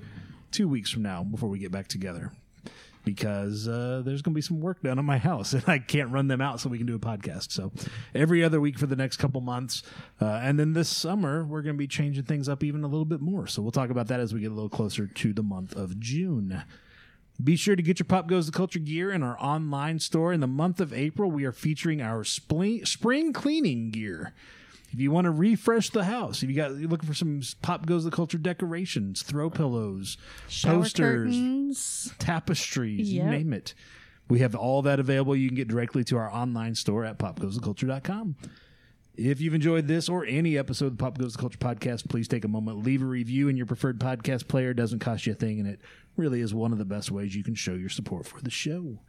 Speaker 1: two weeks from now, before we get back together because uh, there's going to be some work done on my house and I can't run them out so we can do a podcast. So every other week for the next couple months. Uh, and then this summer, we're going to be changing things up even a little bit more. So we'll talk about that as we get a little closer to the month of June. Be sure to get your Pop Goes the Culture gear in our online store. In the month of April, we are featuring our spring, spring cleaning gear. If you want to refresh the house, if you got you're looking for some Pop Goes the Culture decorations, throw pillows,
Speaker 4: Shower
Speaker 1: posters,
Speaker 4: curtains.
Speaker 1: tapestries, you
Speaker 4: Yep.
Speaker 1: name it. We have all that available. You can get directly to our online store at popgoestheculture.com. If you've enjoyed this or any episode of the Pop Goes the Culture podcast, please take a moment, leave a review in your preferred podcast player. It doesn't cost you a thing, and it really is one of the best ways you can show your support for the show.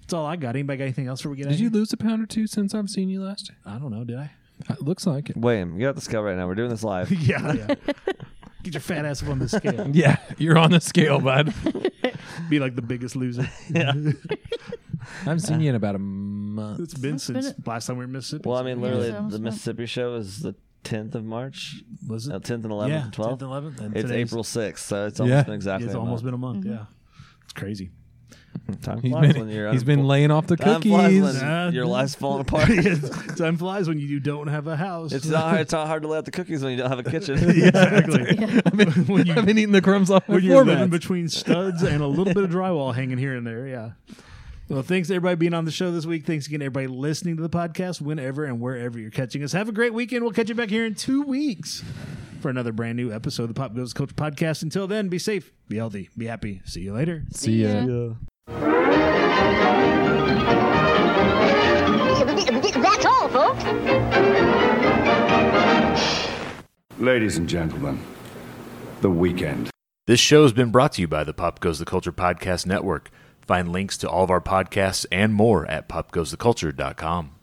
Speaker 1: That's all I got. Anybody got anything else before we get out
Speaker 3: Did
Speaker 1: of
Speaker 3: you
Speaker 1: here?
Speaker 3: lose a pound or two since I've seen you last?
Speaker 1: I don't know. Did I?
Speaker 3: It looks like it.
Speaker 2: William, you got the scale right now. We're doing this live.
Speaker 1: Yeah. yeah. Get your fat ass up on the scale.
Speaker 3: Yeah, you're on the scale, bud.
Speaker 1: Be like the biggest loser.
Speaker 3: I haven't seen you in about a month.
Speaker 1: It's been
Speaker 4: been
Speaker 1: since last time we were in Mississippi.
Speaker 2: Well, I mean,
Speaker 4: Yeah,
Speaker 2: literally,
Speaker 4: so-
Speaker 2: the Mississippi show is the 10th of March,
Speaker 1: was it?
Speaker 2: uh, 10th and 11th
Speaker 1: yeah,
Speaker 2: and 12th.
Speaker 1: 10th and 11th. And
Speaker 2: It's
Speaker 1: today's-
Speaker 2: April 6th, so it's almost
Speaker 3: Yeah.
Speaker 2: been exactly.
Speaker 1: It's
Speaker 2: a
Speaker 1: almost
Speaker 2: month.
Speaker 1: been a month. Yeah, it's crazy.
Speaker 2: Time
Speaker 3: He's
Speaker 2: flies
Speaker 3: been,
Speaker 2: when you're
Speaker 3: he's
Speaker 2: unemployed.
Speaker 3: been laying off the
Speaker 2: Time flies when
Speaker 3: cookies.
Speaker 1: Uh,
Speaker 2: your life's falling apart.
Speaker 1: Time flies when you don't have a house.
Speaker 2: it's not hard, it's not hard to lay out the cookies when you don't have a kitchen.
Speaker 1: exactly when you
Speaker 3: I've been eating the crumbs off my
Speaker 1: when you're
Speaker 3: floor
Speaker 1: living
Speaker 3: mats.
Speaker 1: between studs and a little bit of drywall hanging here and there. Yeah. Well, thanks to everybody being on the show this week. Thanks again, to everybody listening to the podcast, whenever and wherever you're catching us. Have a great weekend. We'll catch you back here in two weeks for another brand new episode of the Pop Goes the Culture podcast. Until then, be safe, be healthy, be happy. See you later.
Speaker 3: See ya.
Speaker 8: That's all, folks.
Speaker 9: Ladies and gentlemen, the weekend.
Speaker 10: This show has been brought to you by the Pop Goes the Culture Podcast Network. Find links to all of our podcasts and more at popgoestheculture.com.